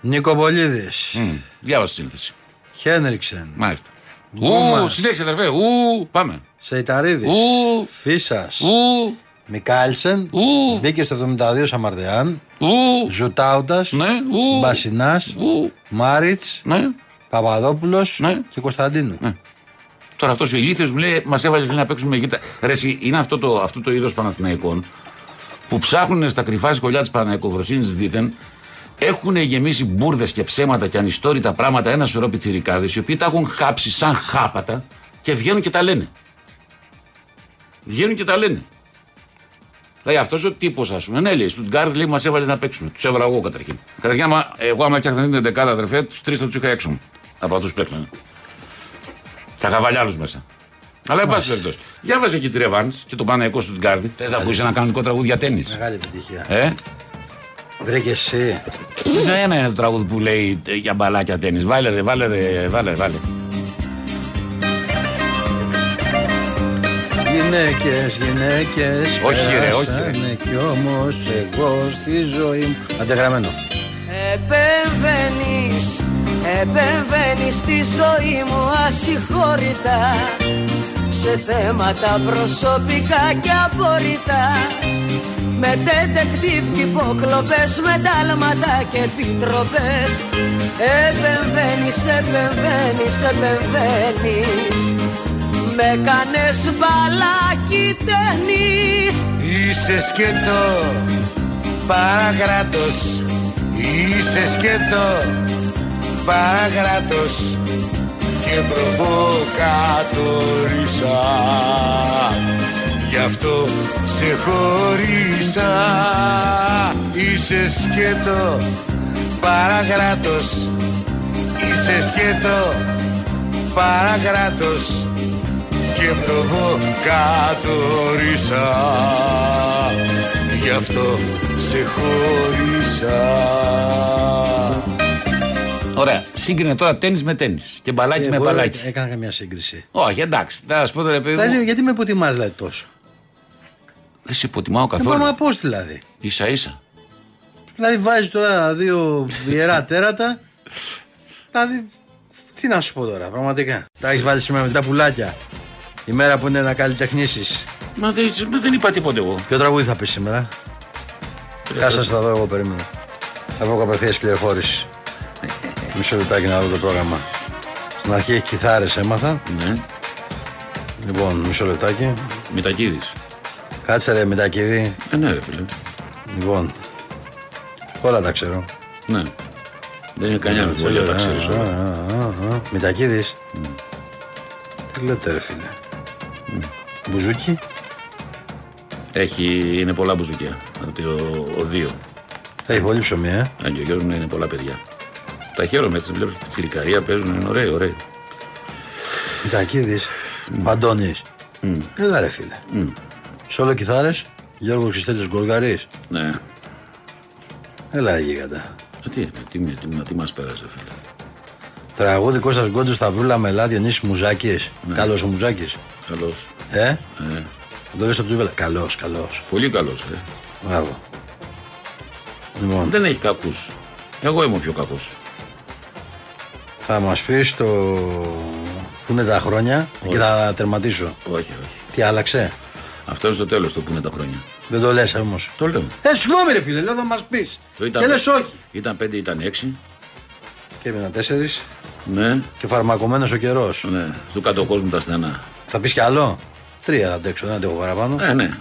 Speaker 4: Νικοπολίδη.
Speaker 7: Μμ, Διάβασε τη σύνθεση.
Speaker 4: Χένριξεν.
Speaker 7: Μάλιστα. Ου,
Speaker 4: Γκούμας.
Speaker 7: συνέχισε, αδερφέ. Ου, πάμε.
Speaker 4: Σεϊταρίδης.
Speaker 7: Ου.
Speaker 4: Φίσας.
Speaker 7: Ου,
Speaker 4: Μικάλσεν.
Speaker 7: Ου.
Speaker 4: Μπήκε στο 72 Σαμαρδεάν.
Speaker 7: ου,
Speaker 4: Ζουτάουτας.
Speaker 7: ναι, ου.
Speaker 4: Μπασινάς.
Speaker 7: Ου,
Speaker 4: Μάριτ.
Speaker 7: ναι.
Speaker 4: Παπαδόπουλος.
Speaker 7: Ναι.
Speaker 4: Και Κωνσταντίνου.
Speaker 7: Τώρα αυτός ο ηλίθιος μου λέει: Μας έβαλες να παίξουμε γήτα. Ρε, εσύ, είναι αυτό το, αυτό το είδος Παναθηναϊκών που ψάχνουν στα κρυφά σκολιά τη Παναϊκοφροσύνη δίθεν. Έχουν γεμίσει μπουρδες και ψέματα και ανιστόρητα πράγματα ένα σωρό πιτσιρικάδες οι οποίοι τα έχουν χάψει σαν χάπατα και βγαίνουν και τα λένε. Βγαίνουν και τα λένε. Δηλαδή αυτός ο τύπος, ας πούμε, ναι, λέει, Στουτγκάρδ λέει μας έβαλες να παίξουμε. Τους έβαλα εγώ καταρχήν. Καταρχήν, άμα, εγώ άμα φτιάχνα την δεκάδα αδερφέ, τους τρεις θα τους είχα έξω μου. Από αυτούς που έκλαινε. Τα είχα βάλει άλλους μέσα. Αλλά εν πάση περιπτώσει. Διάβαζε εκεί τη Ρεβάν και τον Παναγικό Στουτγκάρδη. Θες να ακούσει ένα κανονικό τραγούδι για τέννη.
Speaker 4: Μεγάλη επιτυχία.
Speaker 7: Ε,
Speaker 4: Βρήκε και εσύ.
Speaker 7: είναι ένα είναι το τραγούδι που λέει ε, για μπαλάκια τέννη. Βάλε, ρε, βάλε, ρε, βάλε, βάλε.
Speaker 4: Γυναίκες, γυναίκες.
Speaker 7: Όχι,
Speaker 4: Ε,
Speaker 7: ρε, όχι, ρε.
Speaker 4: Κι όμως εγώ στη ζωή μου. Αντεγραμμένο.
Speaker 10: Επεμβαίνεις, επεμβαίνεις στη ζωή μου ασυγχώρητα Σε θέματα προσωπικά και απόρριτα Με detective και υποκλοπές, με τάλματα και επιτροπές Επεμβαίνεις, επεμβαίνεις, επεμβαίνεις Με κάνες μπαλάκι ταινής
Speaker 11: Είσαι σκέτο, παρακράτος Είσαι σκέτο, παρακράτος Και προβοκατορίσα Γι' αυτό σε χωρίσα Είσαι σκέτο, παρακράτος Είσαι σκέτο, παρακράτος και προβοκατορίσα γι' αυτό σε χωρίσα
Speaker 7: Ωραία. Σύγκρινε τώρα τέννη με τέννη. Και μπαλάκι με
Speaker 4: Ε, Εγώ
Speaker 7: μπαλάκι.
Speaker 4: Έκανα καμία σύγκριση.
Speaker 7: Όχι, εντάξει. Θα σου πω τώρα, παιδί μου.
Speaker 4: Δηλαδή, γιατί με υποτιμάς δηλαδή τόσο.
Speaker 7: Δεν σε
Speaker 4: Ε,
Speaker 7: υποτιμάω καθόλου.
Speaker 4: Μα πώς δηλαδή.
Speaker 7: σα ίσα.
Speaker 4: Δηλαδή βάζεις τώρα δύο ιερά τέρατα. Δηλαδή. Τι να σου πω τώρα, πραγματικά. Τα έχεις βάλει σήμερα με τα πουλάκια. Η μέρα που είναι να καλλιτεχνήσεις.
Speaker 7: Μα δεν, μα δεν είπα τίποτε εγώ.
Speaker 4: Ποιο τραγούδι θα πεις σήμερα. Κάσα θα δω, εγώ περίμενα. Θα βγω απευθεία πληροφόρηση. Μισό λεπτάκι να δω το πρόγραμμα. Στην αρχή έχει κιθάρες έμαθα.
Speaker 7: Ναι,
Speaker 4: Λοιπόν, μισό λεπτάκι.
Speaker 7: Μητακίδης.
Speaker 4: Κάτσε ρε Μητακίδη.
Speaker 7: Ε, ναι, ρε φίλε.
Speaker 4: Λοιπόν. Όλα τα ξέρω.
Speaker 7: Ναι. Δεν είναι κανένα αμφιβολία, τα ξέρει
Speaker 4: Α,
Speaker 7: όλα.
Speaker 4: α, α, α. Μητακίδης. Τι λέτε ρε φίλε. Μπουζούκι.
Speaker 7: Έχει, είναι πολλά μπουζουκιά. Από το- Ο, δύο.
Speaker 4: Έχει πολύ ψωμί, ε.
Speaker 7: Αν και ο γιος μου είναι πολλά παιδιά. Τα χαίρομαι έτσι, βλέπεις πιτσιρικαρία παίζουν, είναι ωραίο, ωραίο.
Speaker 4: Μητακίδης. Παντώνης. Έλα ρε φίλε. Σόλο κιθάρες. Γιώργος Χριστέλης Γκοργαρής.
Speaker 7: Ναι.
Speaker 4: Έλα ρε γίγαντα.
Speaker 7: Ε, Τι, τι, τι, τι, τι μας πέρασε, φίλε.
Speaker 4: Τραγούδι Κώστας Γκόντζος Σταυρούλα Μελά Διονύσης Μουζάκης.
Speaker 7: Ναι.
Speaker 4: Καλός ο Μουζάκης.
Speaker 7: Καλός.
Speaker 4: Ε.
Speaker 7: Ναι.
Speaker 4: Το λες από τζουβέλα. Καλός, καλός.
Speaker 7: Πολύ καλός, ε.
Speaker 4: Μπράβο. Λοιπόν,
Speaker 7: Δεν έχει κακούς. Εγώ είμαι ο πιο κακός.
Speaker 4: θα μας πεις το... Πού είναι τα χρόνια και θα τερματίσω.
Speaker 7: Όχι, όχι.
Speaker 4: Τι άλλαξε.
Speaker 7: Αυτό είναι στο τέλος το που είναι τα χρόνια.
Speaker 4: Δεν το λες όμως.
Speaker 7: Το λέω.
Speaker 4: Ε, συγγνώμη ρε φίλε, λέω θα μας πεις.
Speaker 7: Το
Speaker 4: Και λες όχι.
Speaker 7: Ήταν πέντε, ήταν έξι.
Speaker 4: Και έμεινα τέσσερις
Speaker 7: Ναι,
Speaker 4: και φαρμακωμένος ο καιρός.
Speaker 7: ναι. Του κάτω κόσμου τα στενά.
Speaker 4: Θα πεις κι άλλο. Τρία θα αντέξω, δεν αντέχω παραπάνω.
Speaker 7: Ε, ναι.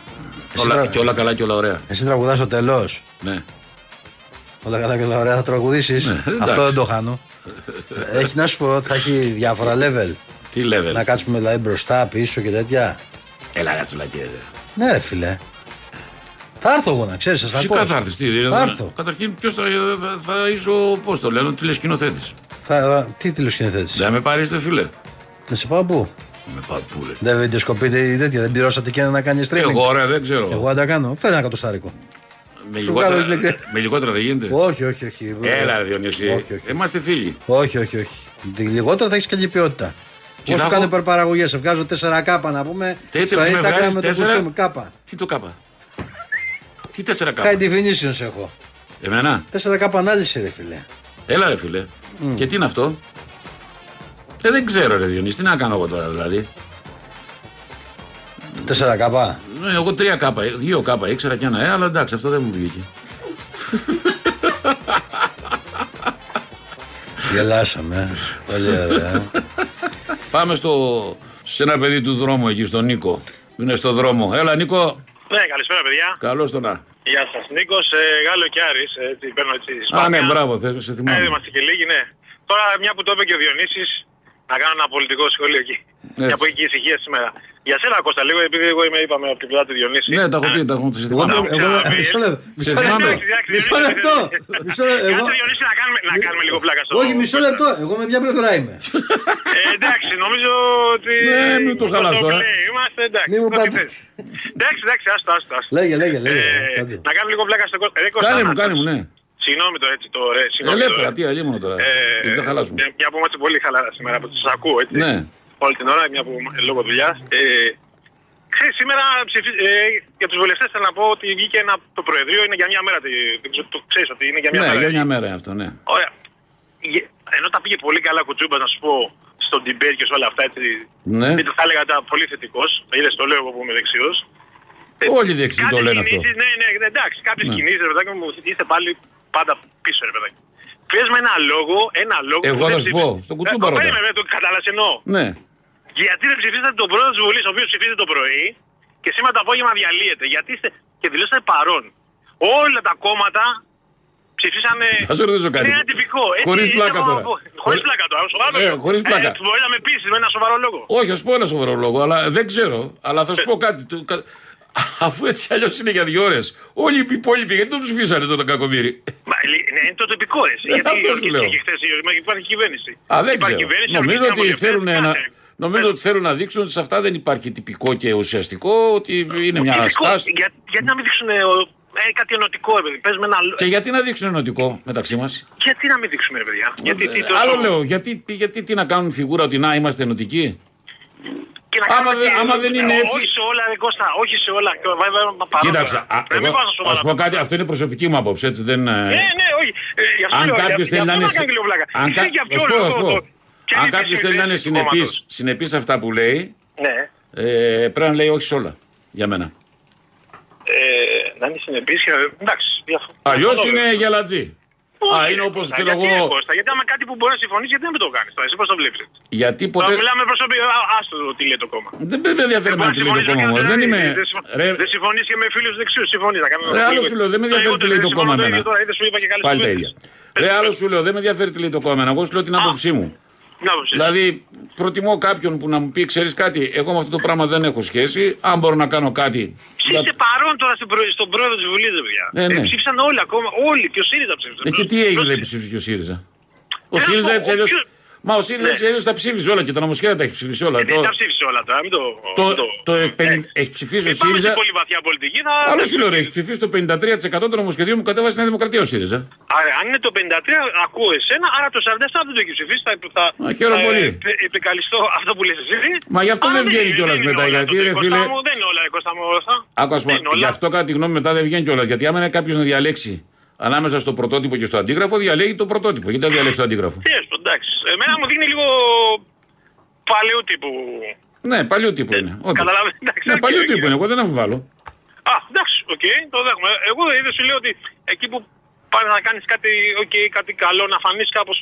Speaker 7: Όλα,
Speaker 4: Εσύ-
Speaker 7: και όλα καλά και όλα ωραία.
Speaker 4: Εσύ τραγουδάς στο τέλος.
Speaker 7: Ναι.
Speaker 4: Όλα καλά και όλα ωραία θα τραγουδήσεις.
Speaker 7: εντάξει.
Speaker 4: Αυτό δεν το χάνω. Ε, έχει να σου πω, θα έχει διάφορα level.
Speaker 7: Τι level.
Speaker 4: να κάτσουμε δηλαδή μπροστά, πίσω και τέτοια.
Speaker 7: Έλα, ρε σουλακές, ε.
Speaker 4: Ναι, ρε φιλέ. Θα έρθω εγώ να ξέρεις, θα
Speaker 7: Φυσικά
Speaker 4: πω.
Speaker 7: θα έρθεις. Τι, δεν-
Speaker 4: Θα έρθω.
Speaker 7: Καταρχήν, ποιος θα, θα, θα είσαι, πώς το λένε, τηλεσκηνοθέτης.
Speaker 4: Θα, τι τηλεσκηνοθέτη.
Speaker 7: Δεν με πάρεις, φίλε.
Speaker 4: Να σε πάω πού.
Speaker 7: Με παπούλε.
Speaker 4: Δεν βιντεοσκοπείτε ή τέτοια, δεν πληρώσατε και ένα να κάνεις streaming.
Speaker 7: Ναι, Εγώ ρε, δεν ξέρω.
Speaker 4: Εγώ αν τα κάνω. Φέρε ένα κατοστάρικο.
Speaker 7: με,
Speaker 4: σου
Speaker 7: λιγότερα,
Speaker 4: κάνω τηλεκ-
Speaker 7: με λιγότερα δεν γίνεται.
Speaker 4: Όχι, όχι, όχι.
Speaker 7: Έλα, ρε, Διονύση.
Speaker 4: Όχι, όχι.
Speaker 7: Είμαστε φίλοι.
Speaker 4: Όχι, όχι, όχι. Τη- Λιγότερα θα έχεις καλή ποιότητα.
Speaker 7: Τι
Speaker 4: Όσο
Speaker 7: να
Speaker 4: κάνω
Speaker 7: έχω?
Speaker 4: υπερπαραγωγές, σε βγάζω 4K να πούμε.
Speaker 7: Τέτοιο που
Speaker 4: στο
Speaker 7: με
Speaker 4: Instagram
Speaker 7: βγάζεις,
Speaker 4: με το
Speaker 7: τέσσερα?
Speaker 4: κουστούμι. Κάπα.
Speaker 7: Τι το κάπα. Τι τέσσερα
Speaker 4: High
Speaker 7: κάπα.
Speaker 4: definitions έχω.
Speaker 7: Εμένα.
Speaker 4: 4K ανάλυση, ρε φιλέ.
Speaker 7: Έλα, ρε, φίλε. Και τι είναι αυτό. Ε, δεν ξέρω, ρε, Διονύση. Τι να κάνω εγώ τώρα, δηλαδή.
Speaker 4: 4K.
Speaker 7: Ε, Εγώ τρία κάπα, δύο κάπα ήξερα και ένα, ε, αλλά εντάξει, αυτό δεν μου βγήκε.
Speaker 4: Γελάσαμε. ε. Πολύ ωραία. ε.
Speaker 7: Πάμε στο... σε ένα παιδί του δρόμου εκεί, στον Νίκο. Είναι στο δρόμο. Έλα, Νίκο.
Speaker 3: Ναι, καλησπέρα παιδιά.
Speaker 7: Καλώς το να. ναι,
Speaker 3: Γεια σας. Νίκος ε, Γάλλο Κιάρης, έτσι παίρνω έτσι
Speaker 7: Α, ναι,
Speaker 3: σπάνια.
Speaker 7: μπράβο, θες, σε
Speaker 3: Ε,
Speaker 7: θυμάμαι.
Speaker 3: είμαστε και λίγοι, ναι. Τώρα, μια που το είπε και ο Διονύσης, να κάνω ένα πολιτικό σχόλιο εκεί. Μια που έχει και ησυχία σήμερα. Για σένα, Κώστα, λίγο, επειδή εγώ είμαι, είπαμε, από την πλευρά του Διονύση.
Speaker 7: Ναι, τα έχω δει, τα έχω δει. σε θυμάμαι.
Speaker 3: Εγώ-
Speaker 4: Εγώ-
Speaker 3: Ξαναπεί.
Speaker 4: μισό λεπτό,
Speaker 3: Ε,
Speaker 4: μισό λεπτό,
Speaker 7: θυμάμαι.
Speaker 4: Μισό λεπτό. Μισό λεπτό. Εγώ-
Speaker 3: Κάτσε, Διονύση, να κάνουμε, να κάνουμε λίγο πλάκα στο...
Speaker 4: Όχι, μισό λεπτό. Εγώ με ποια πλευρά είμαι.
Speaker 3: Ε, εντάξει, νομίζω ότι...
Speaker 7: Ναι, μην το
Speaker 3: όπως
Speaker 7: χαλάς τώρα.
Speaker 3: λέει, Είμαστε εντάξει.
Speaker 4: Μη μου
Speaker 3: ό,τι
Speaker 4: πάτε.
Speaker 3: θες. Εντάξει, εντάξει, άστο, άστο, άστο.
Speaker 4: Λέγε, λέγε, λέγε.
Speaker 3: Ε,
Speaker 4: Κάντε.
Speaker 3: να κάνουμε λίγο πλάκα στο Κώστα. Ρε, Κώστα,
Speaker 7: Κάνε μου,
Speaker 3: να-
Speaker 7: κάνε μου, ναι.
Speaker 3: Συγγνώμη τώρα, έτσι το ρε. συγγνώμη
Speaker 7: Ελεύθερα,
Speaker 3: τώρα.
Speaker 7: τι αλλήμωνο τώρα.
Speaker 3: Ε,
Speaker 7: Γιατί θα χαλάσουμε.
Speaker 3: μια- Μια που είμαστε πολύ χαλαρά σήμερα που σα ακούω, έτσι.
Speaker 7: Ναι.
Speaker 3: Όλη την ώρα, μια που ε, λόγω δουλειάς. Ε, ξέρεις, σήμερα ψηφι- ε, για τους βουλευτές θέλω να πω ότι βγήκε ένα, το Προεδρείο, είναι για μια μέρα. τη- δεν ξέρω, Το ξέρεις ότι είναι για μια
Speaker 7: Ναι,
Speaker 3: μέρα.
Speaker 7: για μια
Speaker 3: έτσι.
Speaker 7: μέρα είναι αυτό, ναι.
Speaker 3: Ωραία. Γε- Ενώ τα πήγε πολύ καλά κουτσούμπας, να σου πω, στον Τιμπέρ και σε όλα αυτά, έτσι.
Speaker 7: Ναι.
Speaker 3: Δεν το θα έλεγα τα πολύ θετικός. Είδες το λέω εγώ που είμαι δεξιός. Ε,
Speaker 7: Όλοι οι δεξιοί το λένε αυτό.
Speaker 3: Ναι, ναι, εντάξει, κάποιε κινήσεις, ρε παιδάκι μου, είστε πάλι πάντα πίσω, ρε παιδάκι. Πες με ένα λόγο, ένα λόγο.
Speaker 7: Εγώ
Speaker 3: που δεν
Speaker 7: θα σου πω,
Speaker 3: ψήφι-
Speaker 7: στον κουτσούμπα
Speaker 3: Ε,
Speaker 7: ρωτάω.
Speaker 3: περίμενε, το καταλαβαίνω. εννοώ.
Speaker 7: Ναι.
Speaker 3: Γιατί δεν ψηφίσατε τον πρόεδρο της Βουλής, ο οποίος ψηφίζεται το πρωί και σήμερα το απόγευμα διαλύεται. Γιατί είστε και δηλώσατε παρόν. Όλα τα κόμματα ψηφίσανε.
Speaker 7: Θα σου ρωτήσω κάτι.
Speaker 3: Είναι τυπικό. έτσι,
Speaker 7: Χωρίς
Speaker 3: είναι
Speaker 7: πλάκα
Speaker 3: αυτό
Speaker 7: τώρα.
Speaker 3: που- Χωρίς
Speaker 7: Χωρίς-
Speaker 3: πλάκα τώρα. Σοβαρά. το
Speaker 7: Ε,
Speaker 3: λέω.
Speaker 7: χωρίς πλάκα.
Speaker 3: Ε, Μπορεί να με πείσεις με ένα σοβαρό λόγο.
Speaker 7: Όχι, ας πω ένα σοβαρό λόγο, αλλά δεν ξέρω. Αλλά θα σου πω κάτι. το- κα- Αφού έτσι αλλιώς είναι για δύο ώρες. Όλοι οι υπόλοιποι γιατί τον ψηφίσανε τον κακομίρι.
Speaker 3: Μα, λι- Ναι, είναι το τοπικό ρε.
Speaker 7: Ε,
Speaker 3: Γιατί
Speaker 7: αυτό σου
Speaker 3: ορκίστηκε
Speaker 7: λέω.
Speaker 3: και χθες η- μα, υπάρχει κυβέρνηση.
Speaker 7: Α, δεν
Speaker 3: υπάρχει
Speaker 7: ξέρω.
Speaker 3: κυβέρνηση.
Speaker 7: Νομίζω
Speaker 3: ορκίστηκαν
Speaker 7: ότι,
Speaker 3: βουλευτές,
Speaker 7: θέλουν να,
Speaker 3: κάθε.
Speaker 7: νομίζω ότι θέλουν να δείξουν ότι σε αυτά δεν υπάρχει τυπικό και ουσιαστικό, ότι είναι μια
Speaker 3: Φυσικό.
Speaker 7: στάση.
Speaker 3: Για- γιατί να μην δείξουν ε, ο- ε, κάτι ενωτικό, ρε παιδί. Πες με ένα. λο-
Speaker 7: Και γιατί να δείξουν ενωτικό μεταξύ μας.
Speaker 3: Γιατί να μην δείξουμε, ρε
Speaker 7: Ε,
Speaker 3: παιδιά. Γιατί τι τόσο-
Speaker 7: Άλλο λέω, γιατί, τι- γιατί τι να κάνουν φιγούρα ότι να είμαστε ενωτικοί.
Speaker 3: Και και
Speaker 7: Άμα
Speaker 3: να κάνουμε
Speaker 7: δεν-
Speaker 3: και-
Speaker 7: άμα δεν είναι έτσι-
Speaker 3: Όχι σε όλα, ρε Κώστα, όχι σε όλα. Βέβαια, παρόμοια.
Speaker 7: Κοίταξα, α,
Speaker 3: Να μην
Speaker 7: εγώ,
Speaker 3: πάω στα
Speaker 7: να
Speaker 3: σοβαρά.
Speaker 7: σου πω κάτι, αυτό είναι προσωπική μου άποψη, έτσι δεν... ε,
Speaker 3: Ναι, ναι, όχι. Ε, γι' αυτό
Speaker 7: αν
Speaker 3: λέω,
Speaker 7: κάποιο
Speaker 3: γι'
Speaker 7: θέλει να
Speaker 3: αυτό
Speaker 7: είναι.
Speaker 3: να κάνει λίγο βλάκα.
Speaker 7: αν
Speaker 3: Ξέρει
Speaker 7: κα-
Speaker 3: για ποιο
Speaker 7: ας πω,
Speaker 3: λόγο
Speaker 7: ας
Speaker 3: το-
Speaker 7: πω.
Speaker 3: το- και
Speaker 7: Αν
Speaker 3: είναι
Speaker 7: κάποιο
Speaker 3: επιστήμη
Speaker 7: θέλει να είναι
Speaker 3: του κόμματος.
Speaker 7: συνεπής συνεπής σε αυτά που λέει,
Speaker 3: Ναι.
Speaker 7: ε, πρέπει να λέει όχι σε όλα. Για μένα.
Speaker 3: Ε, να είναι συνεπής. Εντάξει. διαφο-
Speaker 7: Αλλιώ
Speaker 3: διαφωνώ,
Speaker 7: είναι
Speaker 3: βέβαια.
Speaker 7: γελατζή.
Speaker 3: Όχι,
Speaker 7: Α, είναι
Speaker 3: ρε
Speaker 7: όπως,
Speaker 3: Κώστα,
Speaker 7: ξέρω
Speaker 3: γιατί,
Speaker 7: εγώ-
Speaker 3: ρε Κώστα, γιατί άμα κάτι που μπορεί να συμφωνήσει, γιατί δεν το κάνεις. Εσύ πώς το βλέπεις.
Speaker 7: Γιατί
Speaker 3: Τώρα
Speaker 7: ποτέ.
Speaker 3: μιλάμε προσωπικά. Άστο τι λέει το κόμμα.
Speaker 7: Δεν δεν με ενδιαφέρει
Speaker 3: Μπορεί
Speaker 7: να
Speaker 3: να
Speaker 7: τι λέει το
Speaker 3: συμφωνήσω
Speaker 7: κόμμα
Speaker 3: και
Speaker 7: μου.
Speaker 3: με τον
Speaker 7: Δεν
Speaker 3: Άρη,
Speaker 7: είμαι.
Speaker 3: δεν συμφω-
Speaker 7: Ρε,
Speaker 3: Δεν συμφωνείς και με φίλους δεξιούς. Συμφωνείς να κάνουμε.
Speaker 7: Ρε,
Speaker 3: το
Speaker 7: άλλο
Speaker 3: λίγο.
Speaker 7: σου λέω, δεν με
Speaker 3: Το
Speaker 7: ενδιαφέρει
Speaker 3: λίγο,
Speaker 7: τι λέει το
Speaker 3: συμφωνώ
Speaker 7: κόμμα
Speaker 3: το ίδιο
Speaker 7: εμένα.
Speaker 3: τώρα, είδες, σου είπα και καλές
Speaker 7: πάλι τα
Speaker 3: κουβέντες.
Speaker 7: ίδια. Ρε, άλλο σου λέω, δεν με ενδιαφέρει τι λέει το κόμμα. Εγώ σου λέω την άποψή μου.
Speaker 3: Να πω, ψες.
Speaker 7: Δηλαδή, προτιμώ κάποιον που να μου πει, ξέρεις κάτι, εγώ με αυτό το πράγμα δεν έχω σχέση. Αν μπορώ να κάνω κάτι.
Speaker 3: Εσύ
Speaker 7: να-
Speaker 3: Είσαι παρόν τώρα στην προ- στον πρόεδρο της Βουλής, ρε παιδιά.
Speaker 7: Ναι, ναι.
Speaker 3: Ε, ψήφισαν όλοι ακόμα. Όλοι. Και ο ΣΥΡΙΖΑ ψήφισε.
Speaker 7: Ε, και τι έγινε, λέει, που ψήφισε και ο ΣΥΡΙΖΑ.
Speaker 3: Ε,
Speaker 7: Ο ΣΥΡΙΖΑ έτσι αλλιώς.
Speaker 3: ποιος-
Speaker 7: Μα ο ΣΥΡΙΖΑ
Speaker 3: Ναι. Ε,
Speaker 7: έτσι αλλιώ τα ψήφισε όλα και τα νομοσχέδια τα έχει ψηφίσει όλα.
Speaker 3: Δεν
Speaker 7: Το,
Speaker 3: τα ψήφισε όλα τώρα. Μην το.
Speaker 7: το,
Speaker 3: μην
Speaker 7: το, εκπεν- έχει ψηφίσει ο
Speaker 3: Μην ε, πάμε σε
Speaker 7: ΣΥΡΙΖΑ.
Speaker 3: πολύ βαθιά πολιτική. Θα...
Speaker 7: Άλλο σου λέω, ρε, έχει ψηφίσει το 53% των νομοσχεδίων που κατέβασε η Νέα Δημοκρατία ο ΣΥΡΙΖΑ.
Speaker 3: Άρα, αν είναι το 53, ακούω εσένα, άρα το 47 δεν το έχει ψηφίσει. Θα, θα,
Speaker 7: Α, χαίρομαι
Speaker 3: θα
Speaker 7: πολύ.
Speaker 3: επι- επικαλιστώ αυτό που λες εσύ.
Speaker 7: Μα γι' αυτό
Speaker 3: Αλλά
Speaker 7: δεν βγαίνει
Speaker 3: είναι-
Speaker 7: κιόλας
Speaker 3: δεν είναι
Speaker 7: μετά,
Speaker 3: όλα
Speaker 7: γιατί,
Speaker 3: τότε,
Speaker 7: ρε,
Speaker 3: Κώστα
Speaker 7: φίλε-
Speaker 3: μου, Δεν είναι όλα, Κώστα μου, όλα αυτά.
Speaker 7: Άκου ας πούμε,
Speaker 3: Δεν είναι Ε, όλα.
Speaker 7: γι' αυτό κατά τη γνώμη μετά δεν βγαίνει κιόλας. Γιατί άμα είναι κάποιος να διαλέξει ανάμεσα στο πρωτότυπο και στο αντίγραφο, διαλέγει το πρωτότυπο. Γιατί δεν διαλέξει το αντίγραφο.
Speaker 3: Τι έστω, εντάξει. Εμένα μου δίνει λίγο παλαιού τύπου.
Speaker 7: Ναι, παλιού τύπου είναι. όντως.
Speaker 3: καταλαβαίνω, Ε, εντάξει, ε.
Speaker 7: Ναι,
Speaker 3: οκ,
Speaker 7: παλιού
Speaker 3: οκ.
Speaker 7: τύπου είναι, εγώ δεν αμφιβάλλω.
Speaker 3: Α, εντάξει, οκ, το δέχομαι. Εγώ είδε σου λέω ότι εκεί που πάνε να κάνεις κάτι, οκ, κάτι καλό, να φανείς κάπως.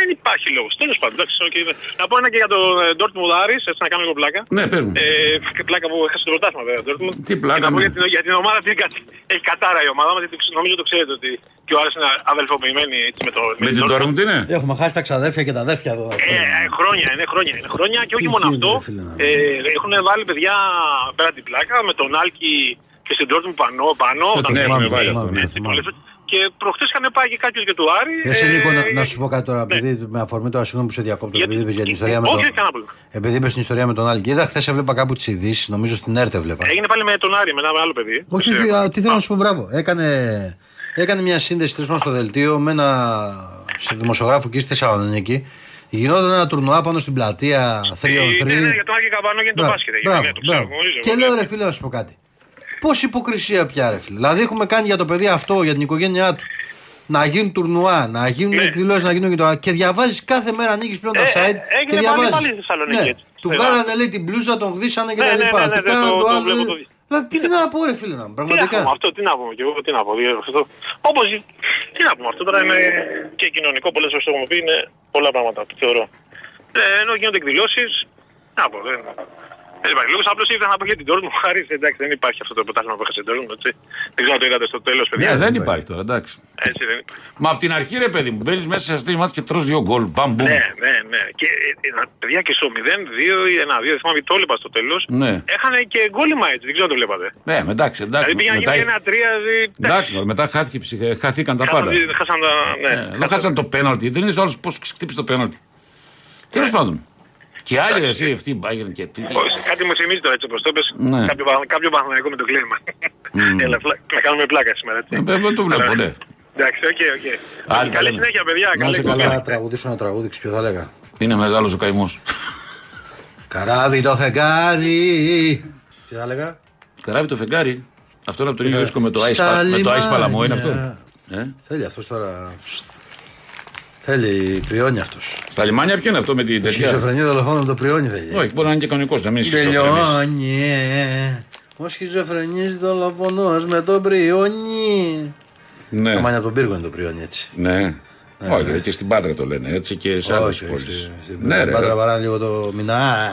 Speaker 3: Δεν υπάρχει λόγος. Τέλος πάντων, εντάξει, οκ. Να πω ένα και για τον ε, Dortmund Άρης, έτσι να κάνω λίγο πλάκα.
Speaker 7: Ναι, πες μου.
Speaker 3: Ε, και πλάκα που έχασε το πρωτάθλημα, βέβαια. ο Dortmund.
Speaker 7: Τι πλάκα,
Speaker 3: Και να πω
Speaker 7: ναι.
Speaker 3: για, την, για την ομάδα την κα- έχει κατάρα η ομάδα μα, γιατί νομίζω το ξέρετε ότι και ο Άρης είναι αδελφοποιημένη έτσι, με, το,
Speaker 7: Με την τώρα μου τι είναι.
Speaker 1: Έχουμε χάσει τα ξαδέρφια και τα αδέρφια εδώ.
Speaker 3: ε, ε, χρόνια, είναι χρόνια, είναι χρόνια και όχι
Speaker 1: Τι
Speaker 3: μόνο
Speaker 1: γίνεται,
Speaker 3: αυτό.
Speaker 1: ρε φίλε, να
Speaker 3: Ε, έχουν βάλει παιδιά πέρα την πλάκα με τον Άλκη και στην Τόρτ μου πανώ, πανώ.
Speaker 7: το θυμάμαι, πάλι αυτό, Ε, ναι,
Speaker 3: Και προχτές είχαν πάει και κάποιους και του Άρη.
Speaker 1: Εσύ
Speaker 3: ε, ναι.
Speaker 1: Νίκο, να, να σου πω κάτι τώρα, επειδή με αφορμή τώρα, συγγνώμη που σε διακόπτω,
Speaker 3: Γιατί- ε,
Speaker 1: επειδή είπες για την ιστορία με
Speaker 3: όχι,
Speaker 1: τον.
Speaker 3: όχι, κανένα πρόβλημα.
Speaker 1: Επειδή είπες την ιστορία με τον Άλκη. Είδα χθες έβλεπα κάπου τις ειδήσεις, νομίζω στην ΕΡΤ έβλεπα.
Speaker 3: Έγινε πάλι με τον Άρη, με ένα άλλο παιδί.
Speaker 1: Όχι,
Speaker 3: Ε,
Speaker 1: όχι, α, τι θέλω να σου πω, μπράβο. Έκανε, έκανε μια σύνδεση τρεις στο δελτίο με ένα σε δημοσιογράφο εκεί στη Θεσσαλονίκη. Γινόταν ένα τουρνουά πάνω στην πλατεία 3 on 3.
Speaker 3: ε, ναι, ναι, για τον Άλκη Καμπάνο γίνεται το
Speaker 1: Μπράβο,
Speaker 3: μπάσκετ. έγινε,
Speaker 1: μπράβο,
Speaker 3: ναι, το ξέρω,
Speaker 1: μπράβο.
Speaker 3: γνωρίζω,
Speaker 1: Και
Speaker 3: εγώ,
Speaker 1: λέω
Speaker 3: ναι.
Speaker 1: ρε φίλε να σου πω κάτι. Πώς υποκρισία πια ρε φίλε. Δηλαδή έχουμε κάνει για το παιδί αυτό, για την οικογένειά του. Να γίνουν τουρνουά, να γίνουν
Speaker 3: Ναι.
Speaker 1: εκδηλώσεις, να γίνουν και το. Και διαβάζεις κάθε μέρα, ανοίγεις πλέον τα
Speaker 3: Ε, ε,
Speaker 1: site.
Speaker 3: έγινε
Speaker 1: και
Speaker 3: πάλι-
Speaker 1: διαβάζεις.
Speaker 3: πάλι στη Θεσσαλονίκη,
Speaker 1: Ναι.
Speaker 3: έτσι.
Speaker 1: Του
Speaker 3: Βέβαια.
Speaker 1: βγάλανε λέει την μπλούζα, τον γδίσανε και
Speaker 3: Ναι,
Speaker 1: τα
Speaker 3: ναι,
Speaker 1: λοιπά.
Speaker 3: ναι, ναι,
Speaker 1: Του
Speaker 3: ναι,
Speaker 1: κάνανε
Speaker 3: το-
Speaker 1: το
Speaker 3: το
Speaker 1: άλλο,
Speaker 3: βλέπω,
Speaker 1: λέει.
Speaker 3: το δι-
Speaker 1: Δηλαδή, τι να πω, ρε φίλε, να,
Speaker 3: Τι να πούμε
Speaker 1: πραγματικά.
Speaker 3: αυτό, τι να πούμε και εγώ, τι να πω. δι- Αυτό, όπως, τι να πούμε, αυτό τώρα είναι και κοινωνικό, πολλές φορές το έχουμε πει, είναι πολλά πράγματα, θεωρώ. Ε, ενώ γίνονται εκδηλώσεις, τι να πω, δεν, δεν υπάρχει λόγος. Απλώς ήρθα να πω για την Dortmund, χάρη, εντάξει, δεν υπάρχει αυτό το πρωτάθλημα που έχασε η Dortmund, έτσι. Δεν ξέρω αν το είδατε στο τέλος, παιδιά.
Speaker 7: Ναι, δεν υπάρχει τώρα, εντάξει.
Speaker 3: Έτσι, δεν υπάρχει.
Speaker 7: Μα από την αρχή, ρε παιδί μου, μπαίνεις μέσα σε αυτή τη μάτια και τρώ δύο γκολ. Μπαμ, μπουμ.
Speaker 3: Ναι, ναι, ναι. Και ε, ε, παιδιά και στο 0-2 ή 1-2, δεν θυμάμαι, το έλειπα στο τέλος.
Speaker 7: Ναι.
Speaker 3: Έχανε και γκόλιμα έτσι, δεν ξέρω αν το βλέπατε.
Speaker 7: Ναι, εντάξει, εντάξει.
Speaker 3: Δηλαδή πήγαν και
Speaker 7: Μετά,
Speaker 3: ένα-τρία,
Speaker 7: εντάξει, μα, μετά χάθηκε, η ψυχα- ε, χάθηκαν τα πάντα.
Speaker 3: Χάσαν τα, ναι.
Speaker 7: Ε, Ενώ χάσαν το πέναλτι, δεν είδε ο άλλος πώς χτύπησε το πέναλτι. Τέλος πάντων. Και άλλοι ρε, εσύ, αυτή η Bayern και τι.
Speaker 3: Όχι, Κάτι μου θυμίζει τώρα έτσι όπως το είπες.
Speaker 7: Ναι. Mm.
Speaker 3: Κάποιο, Πανα- κάποιο Παναθηναϊκό με το κλίμα. Έλα, πλα- να κάνουμε πλάκα σήμερα. έτσι.
Speaker 7: Ε, ε, Δεν το βλέπω,
Speaker 3: Αλλά-
Speaker 7: ναι.
Speaker 3: Εντάξει, οκ, οκ.
Speaker 7: Άντε, τα
Speaker 3: Καλή
Speaker 7: λέμε.
Speaker 3: συνέχεια, παιδιά.
Speaker 7: Να
Speaker 3: καλή
Speaker 7: είσαι
Speaker 3: εκπομπή.
Speaker 7: καλά.
Speaker 1: Να τραγουδήσω ένα τραγούδι, ποιο θα λέγα.
Speaker 7: Είναι μεγάλος ο καημός.
Speaker 1: Καράβι το φεγγάρι. Τι θα λέγα.
Speaker 7: Καράβι το φεγγάρι. Αυτό είναι από τον ίδιο δίσκο με το Ice
Speaker 1: Στα
Speaker 7: Pal- με το Ice
Speaker 1: λιμάνια.
Speaker 7: Παλαμό, είναι αυτό. Ε,
Speaker 1: Θέλει αυτός τώρα. Θέλει πριόνι αυτός.
Speaker 7: Στα λιμάνια ποιο είναι αυτό με την τέτοια.
Speaker 1: Σχιζοφρενή δολοφόνο με το πριόνι θέλει.
Speaker 7: Όχι, μπορεί να είναι και κανονικός, να μην είναι σχιζοφρενής.
Speaker 1: Τελειώνει. Ο σχιζοφρενής δολοφονός με τον πριόνι.
Speaker 7: Ναι.
Speaker 1: Καμάνια από τον πύργο είναι το πριόνι έτσι.
Speaker 7: Ναι. Όχι, και στην Πάτρα το λένε έτσι και σε άλλες
Speaker 1: Όχι,
Speaker 7: πόλει.
Speaker 1: όχι.
Speaker 7: Ναι, ρε.
Speaker 1: Πάτρα βαράνε λίγο το μηνά.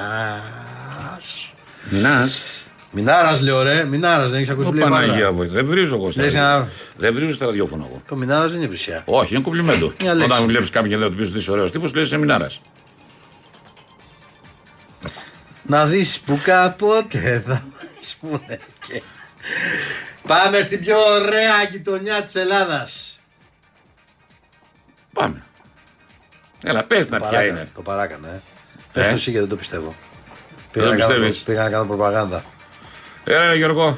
Speaker 7: Μινά.
Speaker 1: Μινάρας λέω ρε, μινάρας δεν έχεις ακούσει
Speaker 7: Ο
Speaker 1: πλέον.
Speaker 7: Παναγία βοήθεια. Δεν βρίζω εγώ στα
Speaker 1: Λες
Speaker 7: ραδιόφωνα.
Speaker 1: να-
Speaker 7: Δεν βρίζω στα ραδιόφωνα εγώ.
Speaker 1: Το μινάρας δεν είναι βρυσιά.
Speaker 7: Όχι, είναι κουμπλιμέντο.
Speaker 1: Μια λέξη.
Speaker 7: Όταν βλέπεις κάποιον και λέει ότι πίσω τι ωραίος τύπος, λέει σεμινάρα.
Speaker 1: Να δεις που κάποτε θα μας πούνε και... Πάμε στην πιο ωραία γειτονιά της Ελλάδας.
Speaker 7: Πάμε. Έλα, πες τα ποια είναι.
Speaker 1: το παράκανα, ε.
Speaker 7: Ε.
Speaker 1: Πες το εσύ γιατί δεν το πιστεύω. Πήγα,
Speaker 7: το
Speaker 1: να κάνω,
Speaker 7: πιστεύεις.
Speaker 1: πήγα να κάνω προπαγάνδα.
Speaker 7: Έλα, ρε, Ε, Γιώργο,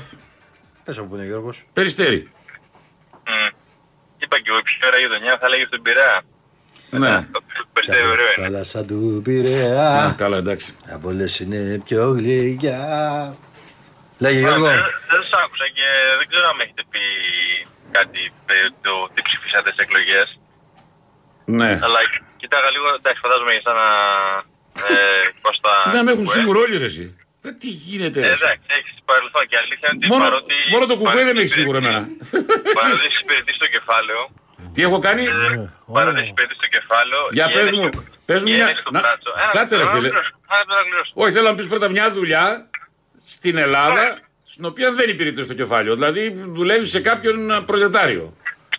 Speaker 1: Πες από που είναι ο Γιώργος.
Speaker 7: περιστέρι.
Speaker 12: Είπα και εγώ, η πιο ωραία γειτονιά θα λέγεις στον Πειραιά.
Speaker 7: Ναι.
Speaker 12: Το-
Speaker 1: Περιστέρι, ωραίο
Speaker 3: Ε, ναι.
Speaker 1: είναι.
Speaker 4: Θάλασσα του Πειραιά.
Speaker 1: Ναι.
Speaker 7: Α, Καλά, εντάξει.
Speaker 4: Από όλες είναι πιο γλυκιά. Λέγε
Speaker 3: Δεν
Speaker 4: Γιώργο.
Speaker 2: ε,
Speaker 3: δεν σας άκουσα και δεν ξέρω αν έχετε πει κάτι ε, το τι ψηφίσατε στις εκλογές.
Speaker 7: Ναι.
Speaker 3: Αλλά κοιτάγα λίγο, εντάξει φαντάζομαι για σαν ε, Κώστα...
Speaker 7: Να Ναι, με έχουν
Speaker 3: Κουκουέ.
Speaker 7: σίγουρο όλοι ρε εσύ. Ρε, Τι γίνεται
Speaker 3: Ε,
Speaker 7: ρε. εσύ.
Speaker 3: Εντάξει, έχεις παρελθόν και η αλήθεια είναι ότι
Speaker 7: Μόνο,
Speaker 3: παρότι...
Speaker 7: μόνο το κουκουέ
Speaker 3: παρότι
Speaker 7: δεν ναι. με έχει σίγουρο
Speaker 3: υπηρετεί-
Speaker 7: εμένα.
Speaker 3: Παρότι έχεις υπηρετήσει το κεφάλαιο, Ε,
Speaker 7: Τι έχω κάνει.
Speaker 3: παρότι έχεις υπηρετήσει το κεφάλαιο...
Speaker 7: Ε, Για πες μου, πες μου μια- να-
Speaker 3: Ε,
Speaker 7: κάτσε, ρε, φίλε. Όχι, θέλω να πεις πρώτα μια δουλειά στην Ελλάδα στην οποία δεν υπηρετείς στο κεφάλαιο. Δηλαδή δουλεύεις σε κάποιον α, προλετάριο.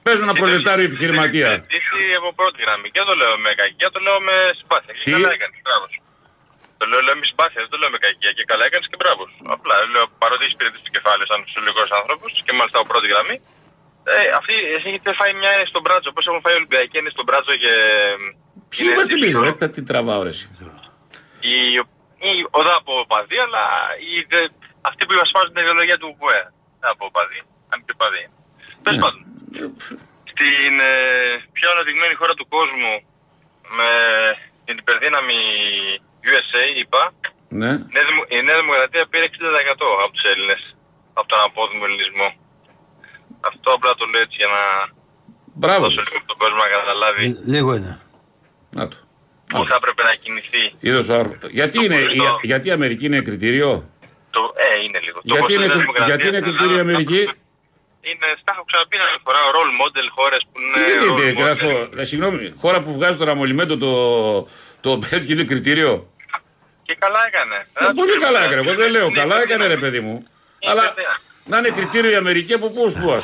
Speaker 7: Πε με ένα προλετάριο επιχειρηματία.
Speaker 3: Είσαι από πρώτη γραμμή. Και δεν το λέω με κακία, το λέω με συμπάθεια. Και
Speaker 7: Τι?
Speaker 3: καλά έκανε. Μπράβο. σου. Το λέω, λέω με συμπάθεια, δεν το λέω με κακία. Και καλά έκανες και μπράβος. σου. Απλά λέω παρότι έχεις υπηρετήσει το κεφάλι σαν φυσιολογικό άνθρωπος και μάλιστα από πρώτη γραμμή. Ε, αυτοί εσύ έχετε φάει μια είναι στον μπράτσο. Πώ έχουν φάει οι Ολυμπιακοί είναι στον μπράτσο και. ε,
Speaker 7: Ποιοι
Speaker 3: είναι
Speaker 7: είμαστε εμεί,
Speaker 3: τύψιμο.
Speaker 7: ρε, τα- τι τραβάω, ρε. εσύ.
Speaker 3: Η, η, οδά από παδί, αλλά οι, δε, αυτοί που υπασπάζουν την ιδεολογία του ΚΟΕ. Από παδί, αν και παδί.
Speaker 7: Ναι.
Speaker 3: Τέλο πάντων στην ε, πιο αναδειγμένη χώρα του κόσμου με την υπερδύναμη USA, είπα,
Speaker 7: Ναι.
Speaker 3: η Νέα Δημο- η Νέα Δημοκρατία πήρε 60% από τους Έλληνες, από τον απόδημο ελληνισμό. Αυτό απλά το λέω έτσι για να
Speaker 7: Μπράβο.
Speaker 3: δώσω λίγο τον κόσμο να
Speaker 7: Ναι.
Speaker 3: καταλάβει
Speaker 4: Ε, Λίγο είναι.
Speaker 7: Να το.
Speaker 3: πού θα έπρεπε να κινηθεί.
Speaker 7: Είδος ο άνθρωπος. Γιατί, είναι, η,
Speaker 3: Ευχαριστώ.
Speaker 7: γιατί η Αμερική είναι κριτήριο.
Speaker 3: Το, ε, είναι λίγο. Το
Speaker 7: γιατί,
Speaker 3: πόσο η
Speaker 7: είναι,
Speaker 3: Νέα
Speaker 7: κρι-
Speaker 3: Δημοκρατία
Speaker 7: γιατί είναι
Speaker 3: στην
Speaker 7: κριτήριο η
Speaker 3: Ελλάδα-
Speaker 7: Αμερική.
Speaker 3: Είναι, τα έχω ξαναπεί να φορά role model χώρες που είναι.
Speaker 7: Τι
Speaker 3: role
Speaker 7: γίνεται, να
Speaker 3: model.
Speaker 7: σου πω, ε, συγγνώμη, χώρα που βγάζει το ραμολιμέντο το, το τέτοιο είναι κριτήριο.
Speaker 3: Και καλά έκανε.
Speaker 7: Ε, πολύ καλά έκανε. Εγώ δεν λέω
Speaker 3: Είναι
Speaker 7: καλά έκανε, ρε
Speaker 3: υπερδύναμη.
Speaker 7: παιδί μου.
Speaker 3: Είναι
Speaker 7: Αλλά
Speaker 3: υπερδύναμη.
Speaker 7: να είναι κριτήριο η Αμερική από πού σου πούμε.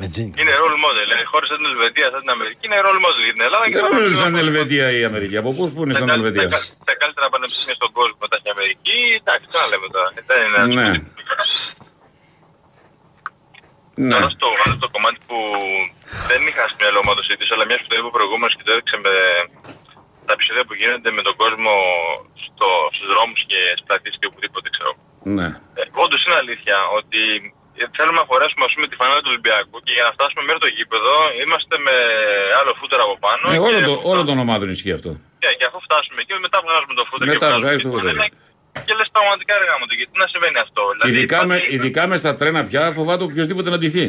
Speaker 4: Με τζίνγκ.
Speaker 3: Είναι role model. Ε, χώρες σαν την Ελβετία, σαν την Αμερική είναι role model για την Ελλάδα. και
Speaker 7: Δεν
Speaker 3: τα
Speaker 7: είναι
Speaker 3: καλύτερα
Speaker 7: σαν
Speaker 3: πανεπιστήμια-
Speaker 7: Ελβετία η Αμερική. Από πού σου είναι
Speaker 3: τα
Speaker 7: σαν
Speaker 3: κα-
Speaker 7: Ελβετία.
Speaker 3: τα κα- Τα καλύτερα πανεπιστήμια στον κόσμο τα έχει η Αμερική. Εντάξει, τι να λέμε τώρα. Ε, Δεν είναι ένα
Speaker 7: Ναι. Ναι.
Speaker 3: Τώρα στο, άλλο το κομμάτι που δεν είχα στο μυαλό μου να το συζητήσω, αλλά μια που το είπε προηγούμενος και το έδειξε με τα επεισόδια που γίνονται με τον κόσμο στο, στους δρόμους και στις πλατείες και οπουδήποτε ξέρω.
Speaker 7: ναι.
Speaker 3: Ε, Όντως είναι αλήθεια ότι ε, θέλουμε να φορέσουμε ας πούμε, τη φανέλα του Ολυμπιακού και για να φτάσουμε μέχρι το γήπεδο είμαστε με άλλο φούτερ από πάνω.
Speaker 7: Ε,
Speaker 3: και
Speaker 7: όλων των- όλων των ομάδων ισχύει αυτό.
Speaker 3: Και, και αφού φτάσουμε εκεί, μετά βγάζουμε το φούτερ
Speaker 7: Μετά
Speaker 3: και βγάζουμε
Speaker 7: βγάζεις
Speaker 3: τη
Speaker 7: το φούτερ.
Speaker 3: φανέλα Και λες πραγματικά ρε γάμο το, γιατί να συμβαίνει αυτό. δηλαδή,
Speaker 7: Και ειδικά, με,
Speaker 3: υπάρχει-
Speaker 7: ειδικά μες στα τρένα πια φοβάται οποιοδήποτε να ντυθεί.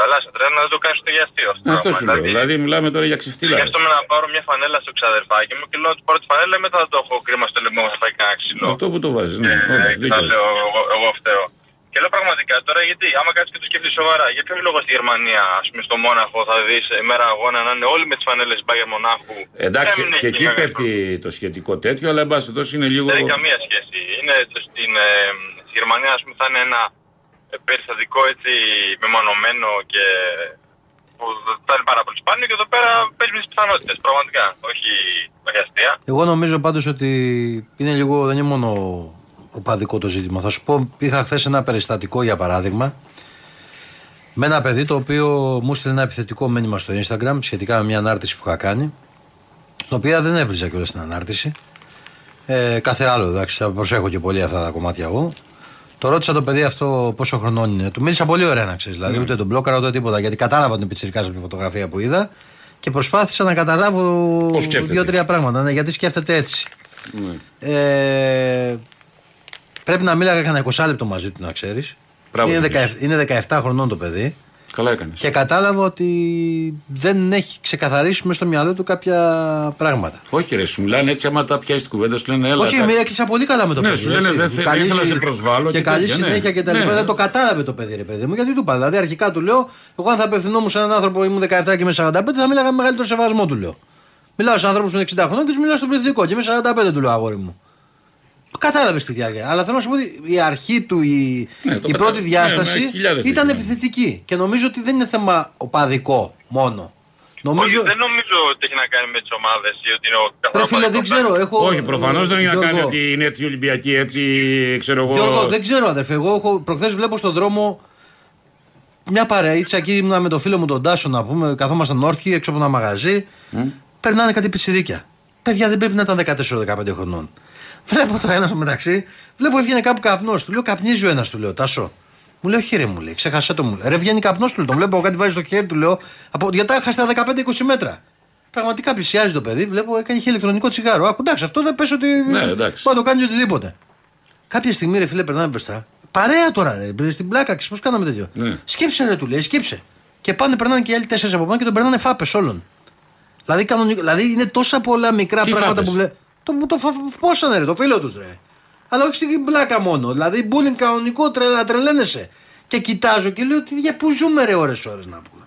Speaker 3: Καλά, σε τρένα δεν το κάνεις στο γιαστείο.
Speaker 7: Αυτό σου λέω. Δηλαδή, μιλάμε τώρα για
Speaker 3: Δηλαδή,
Speaker 7: ξεφτύλα.
Speaker 3: σκέφτομαι να πάρω μια φανέλα στο ξαδερφάκι μου και λέω ότι πάρω τη φανέλα μετά θα το έχω κρίμα στο λαιμό μου, θα φάει κανένα ξύλο.
Speaker 7: Αυτό που το βάζεις. Ναι,
Speaker 3: Ε,
Speaker 7: όντως,
Speaker 3: και
Speaker 7: δίκιο
Speaker 3: θα
Speaker 7: έχεις.
Speaker 3: λέω εγώ, εγώ φταίω. Και λέω πραγματικά τώρα γιατί, άμα κάτσεις και το σκεφτείς σοβαρά, για ποιο λόγο στη Γερμανία, ας πούμε στο Μόναχο, θα δεις ημέρα αγώνα να είναι όλοι με τις φανέλες Μπάγκερ Μονάχου.
Speaker 7: Εντάξει,
Speaker 3: Έμεινε
Speaker 7: και εκεί
Speaker 3: κανένα.
Speaker 7: πέφτει το σχετικό τέτοιο, αλλά εν πάση περιπτώσει είναι λίγο.
Speaker 3: Δεν έχει Ε, καμία σχέση. Είναι το- στην, ε, στη Γερμανία, ας πούμε, θα είναι ένα ε, περιστατικό έτσι μεμονωμένο και που θα είναι πάρα πολύ σπάνιο και εδώ πέρα παίζει με τις πιθανότητες. Πραγματικά, όχι, όχι αστεία.
Speaker 4: Εγώ νομίζω πάντως ότι είναι λίγο, δεν είναι μόνο οπαδικό το ζήτημα. Θα σου πω, είχα χθες ένα περιστατικό για παράδειγμα. Με ένα παιδί το οποίο μου στείλε ένα επιθετικό μήνυμα στο Instagram σχετικά με μια ανάρτηση που είχα κάνει. Στην οποία δεν έβριζα κιόλας την ανάρτηση. Ε, κάθε άλλο, εντάξει, θα προσέχω και πολύ αυτά τα κομμάτια εγώ. Το ρώτησα το παιδί αυτό πόσο χρονών είναι. Του μίλησα πολύ ωραία, να ξέρεις. Δηλαδή,
Speaker 7: Ναι.
Speaker 4: ούτε τον μπλόκαρα ούτε τίποτα. Γιατί κατάλαβα την πιτσυρικά από τη φωτογραφία που είδα και προσπάθησα να καταλάβω
Speaker 7: Πώς σκέφτεται. Ναι.
Speaker 4: δύο-τρία πράγματα. Ναι, γιατί σκέφτεται έτσι. Ε, πρέπει να μίλαγα κανένα 20 λεπτό μαζί του, να ξέρεις.
Speaker 7: Μπράβο,
Speaker 4: Είναι,
Speaker 7: Δημήτρης.
Speaker 4: 17 είναι 17 χρονών το παιδί.
Speaker 7: Καλά έκανες.
Speaker 4: Και κατάλαβα ότι δεν έχει ξεκαθαρίσει μέσα στο μυαλό του κάποια πράγματα.
Speaker 7: Όχι, ρε, σου μιλάνε έτσι. Άμα τα πιάσεις την κουβέντα, σου λένε έλα.
Speaker 4: Όχι,
Speaker 7: εντάξει.
Speaker 4: με έκλεισα πολύ καλά με το
Speaker 7: Ναι,
Speaker 4: παιδί.
Speaker 7: σου λένε,
Speaker 4: έτσι.
Speaker 7: δεν θε-
Speaker 4: Καλή-
Speaker 7: δεν ήθελα να σε προσβάλλω
Speaker 4: Και
Speaker 7: και
Speaker 4: καλή
Speaker 7: τέτοια, ναι.
Speaker 4: συνέχεια και τα
Speaker 7: Ναι.
Speaker 4: λοιπά. Δεν το κατάλαβε το παιδί, ρε παιδί μου. Γιατί του είπα. Δηλαδή, αρχικά του λέω, εγώ αν θα απευθυνόμουν σε έναν άνθρωπο ήμουν 17 και είμαι 45, θα μίλαγα με μεγαλύτερο σεβασμό, του λέω. Μιλάω σε ανθρώπους που είναι 60 χρονών και τους μιλάω στο πληθυντικό και είμαι 45, του λέω αγόρι μου. Κατάλαβες τη διάρκεια. Αλλά θέλω να σου πω ότι η αρχή του, η,
Speaker 7: Ναι, το
Speaker 4: η
Speaker 7: κατάλαβα.
Speaker 4: πρώτη
Speaker 7: Ναι,
Speaker 4: διάσταση
Speaker 7: με χιλιάδες
Speaker 4: ήταν
Speaker 7: τέτοια.
Speaker 4: επιθετική. Και νομίζω ότι δεν είναι θέμα οπαδικό μόνο. Νομίζω.
Speaker 3: Όχι, δεν νομίζω ότι έχει να κάνει με τις ομάδες ή ότι είναι ο
Speaker 4: Ρε
Speaker 3: καθόλου.
Speaker 4: φίλε, δεν ξέρω. Έχω...
Speaker 7: Όχι, προφανώς Ε, δεν έχει να κάνει
Speaker 4: Γιώργο,
Speaker 7: ότι είναι έτσι οι Ολυμπιακοί, έτσι ξέρω εγώ.
Speaker 4: Γιώργο, δεν ξέρω, αδερφέ. Εγώ έχω, προχθές βλέπω στον δρόμο μια παρείτσα εκεί ήμουνα με το φίλο μου τον Τάσο να πούμε. Καθόμασταν όρθιοι έξω από ένα μαγαζί. Περνάνε κάτι πιτσιρίκια. Παιδιά δεν πρέπει να ήταν 14-15 χρονών. Βλέπω το ένας στο μεταξύ, βλέπω έβγαινε κάπου καπνός. Του λέω καπνίζει ο ένας, του λέω Τάσο. Μου λέει, όχι ρε, μου λέει, ξέχασέ το μου. λέει. Ρε, βγαίνει καπνός του, λέω, τον βλέπω κάτι βάζει στο χέρι του, λέω. Από, γιατί τα είχα στα 15-20 μέτρα. Πραγματικά πλησιάζει το παιδί, βλέπω, έκανε είχε ηλεκτρονικό τσιγάρο. Α, εντάξει, αυτό δεν πες ότι.
Speaker 2: Ναι, εντάξει.
Speaker 4: Μπορεί να το κάνει οτιδήποτε. Κάποια στιγμή, ρε φίλε, περνάμε μπροστά. Παρέα τώρα, ρε. Στην πλάκα, πώς κάναμε τέτοιο.
Speaker 2: Ναι.
Speaker 4: Σκέψε, ρε, του λέει, σκέψε. Και πάνε, περνάνε και οι άλλοι τέσσερις από πάνω και τον περνάνε φάπες όλων. Δηλαδή, κανονικό, δηλαδή είναι τόσα πολλά μικρά
Speaker 2: Τι
Speaker 4: πράγματα
Speaker 2: φάπες?
Speaker 4: που βλέπω. Το, το φα- φπόσανε, ρε, το φίλο τους, ρε. Αλλά όχι στην πλάκα μόνο. Δηλαδή, bullying κανονικό, τρε, να τρελαίνεσαι. Και κοιτάζω και λέω, τι για πού ζούμε, ρε, ώρε-ώρε να πούμε.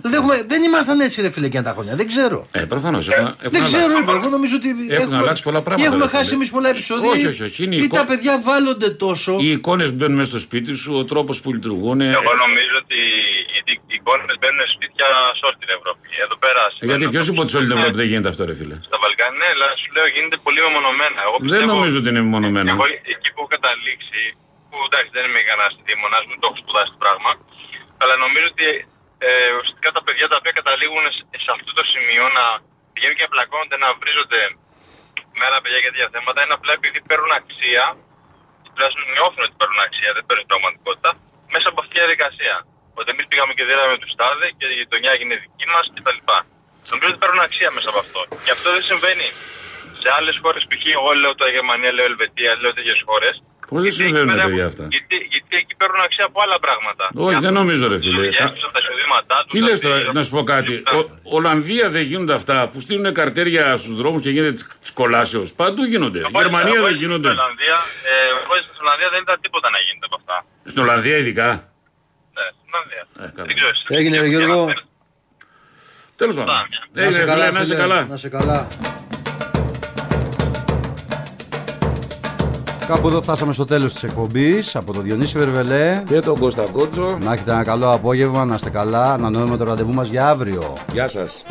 Speaker 4: δηλαδή, έχουμε, δεν ήμασταν έτσι, ρε, φίλε, και τα χρόνια. Δεν ξέρω.
Speaker 2: Ε, προφανώς.
Speaker 4: Δεν ξέρω, ρε, εγώ νομίζω ότι. Έχουν
Speaker 2: αλλάξει πολλά πράγματα,
Speaker 4: Έχουμε
Speaker 2: ρε, φίλε.
Speaker 4: χάσει εμείς πολλά επεισόδια.
Speaker 2: Όχι, όχι, όχι, είναι η
Speaker 4: Ή τα
Speaker 2: εικόνα.
Speaker 4: παιδιά βάλλονται τόσο.
Speaker 2: Οι εικόνες μπαίνουν μέσα στο σπίτι σου, ο τρόπος που λειτουργούν. ε,
Speaker 3: Εγώ νομίζω ότι οι εικόνε μπαίνουν σπίτια σε όλη την Ευρώπη. Εδώ πέρα.
Speaker 7: ε,
Speaker 2: Γιατί ποιο
Speaker 3: συμβαίνουν-
Speaker 2: είπε ότι σε όλη την Ευρώπη δεν γίνεται αυτό, ρε φίλε.
Speaker 3: Στα Βαλκάνια, ναι, αλλά σου λέω γίνεται πολύ μεμονωμένα. Εγώ
Speaker 2: Δεν
Speaker 3: πιστεύω-
Speaker 2: νομίζω ότι είναι μεμονωμένο.
Speaker 3: Εγώ εκεί που έχω καταλήξει, που εντάξει δεν είμαι κανένα δήμονα, μου το έχω σπουδάσει το πράγμα, αλλά νομίζω ότι ε, ουσιαστικά τα παιδιά τα οποία καταλήγουν σε, σε αυτό το σημείο να πηγαίνουν και να πλακώνονται, να βρίζονται με άλλα παιδιά για τέτοια θέματα, είναι απλά επειδή παίρνουν αξία, τουλάχιστον νιώθουν ότι παίρνουν αξία, δεν παίρνουν στην πραγματικότητα, μέσα από αυτή τη διαδικασία. Ότι εμείς πήγαμε και δίναμε τους τάδε και η γειτονιά έγινε δική μας κτλ. Νομίζω ότι παίρνουν αξία μέσα από αυτό. Και αυτό δεν συμβαίνει σε άλλες χώρες, π.χ. εγώ λέω τα Γερμανία, λέω Ελβετία, λέω τέτοιες χώρες.
Speaker 2: Πώς δεν συμβαίνουν, ρε, παιδιά, αυτά?
Speaker 3: Γιατί, γιατί εκεί παίρνουν αξία από άλλα πράγματα.
Speaker 2: Όχι, δεν νομίζω, ρε φίλε. Α,
Speaker 3: Από τα εισοδήματά τους.
Speaker 2: Τι λες τώρα, να σου πω κάτι. Ο- Ολλανδία δεν γίνονται αυτά που στείλουν καρτέρια στους δρόμους και γίνεται της κολάσεως. Παντού γίνονται. Γερμανία δεν γίνονται.
Speaker 3: Στην Ολλανδία, ε, εγώ στην Ολλανδία δεν είδα τίποτα να γίνεται από αυτά.
Speaker 2: Στην Ολλανδία ειδικά.
Speaker 3: Ναι, στην Ολλανδία.
Speaker 2: Ε, καλά.
Speaker 3: Δεν ξέρω.
Speaker 4: Έγινε, ρε, Γιώργο.
Speaker 2: Τέλος πάντων.
Speaker 3: Να
Speaker 2: Ε, ρε, φίλε, Να είσαι
Speaker 4: φίλε,
Speaker 2: καλά.
Speaker 4: Να σε καλά.
Speaker 1: Κάπου εδώ φτάσαμε στο τέλος της εκπομπής από τον Διονύση Βερβελέ.
Speaker 2: Και τον Κώστα Κότσο.
Speaker 1: Να έχετε ένα καλό απόγευμα, να είστε καλά. Ανανεώνουμε το ραντεβού μας για αύριο.
Speaker 2: Γεια σας.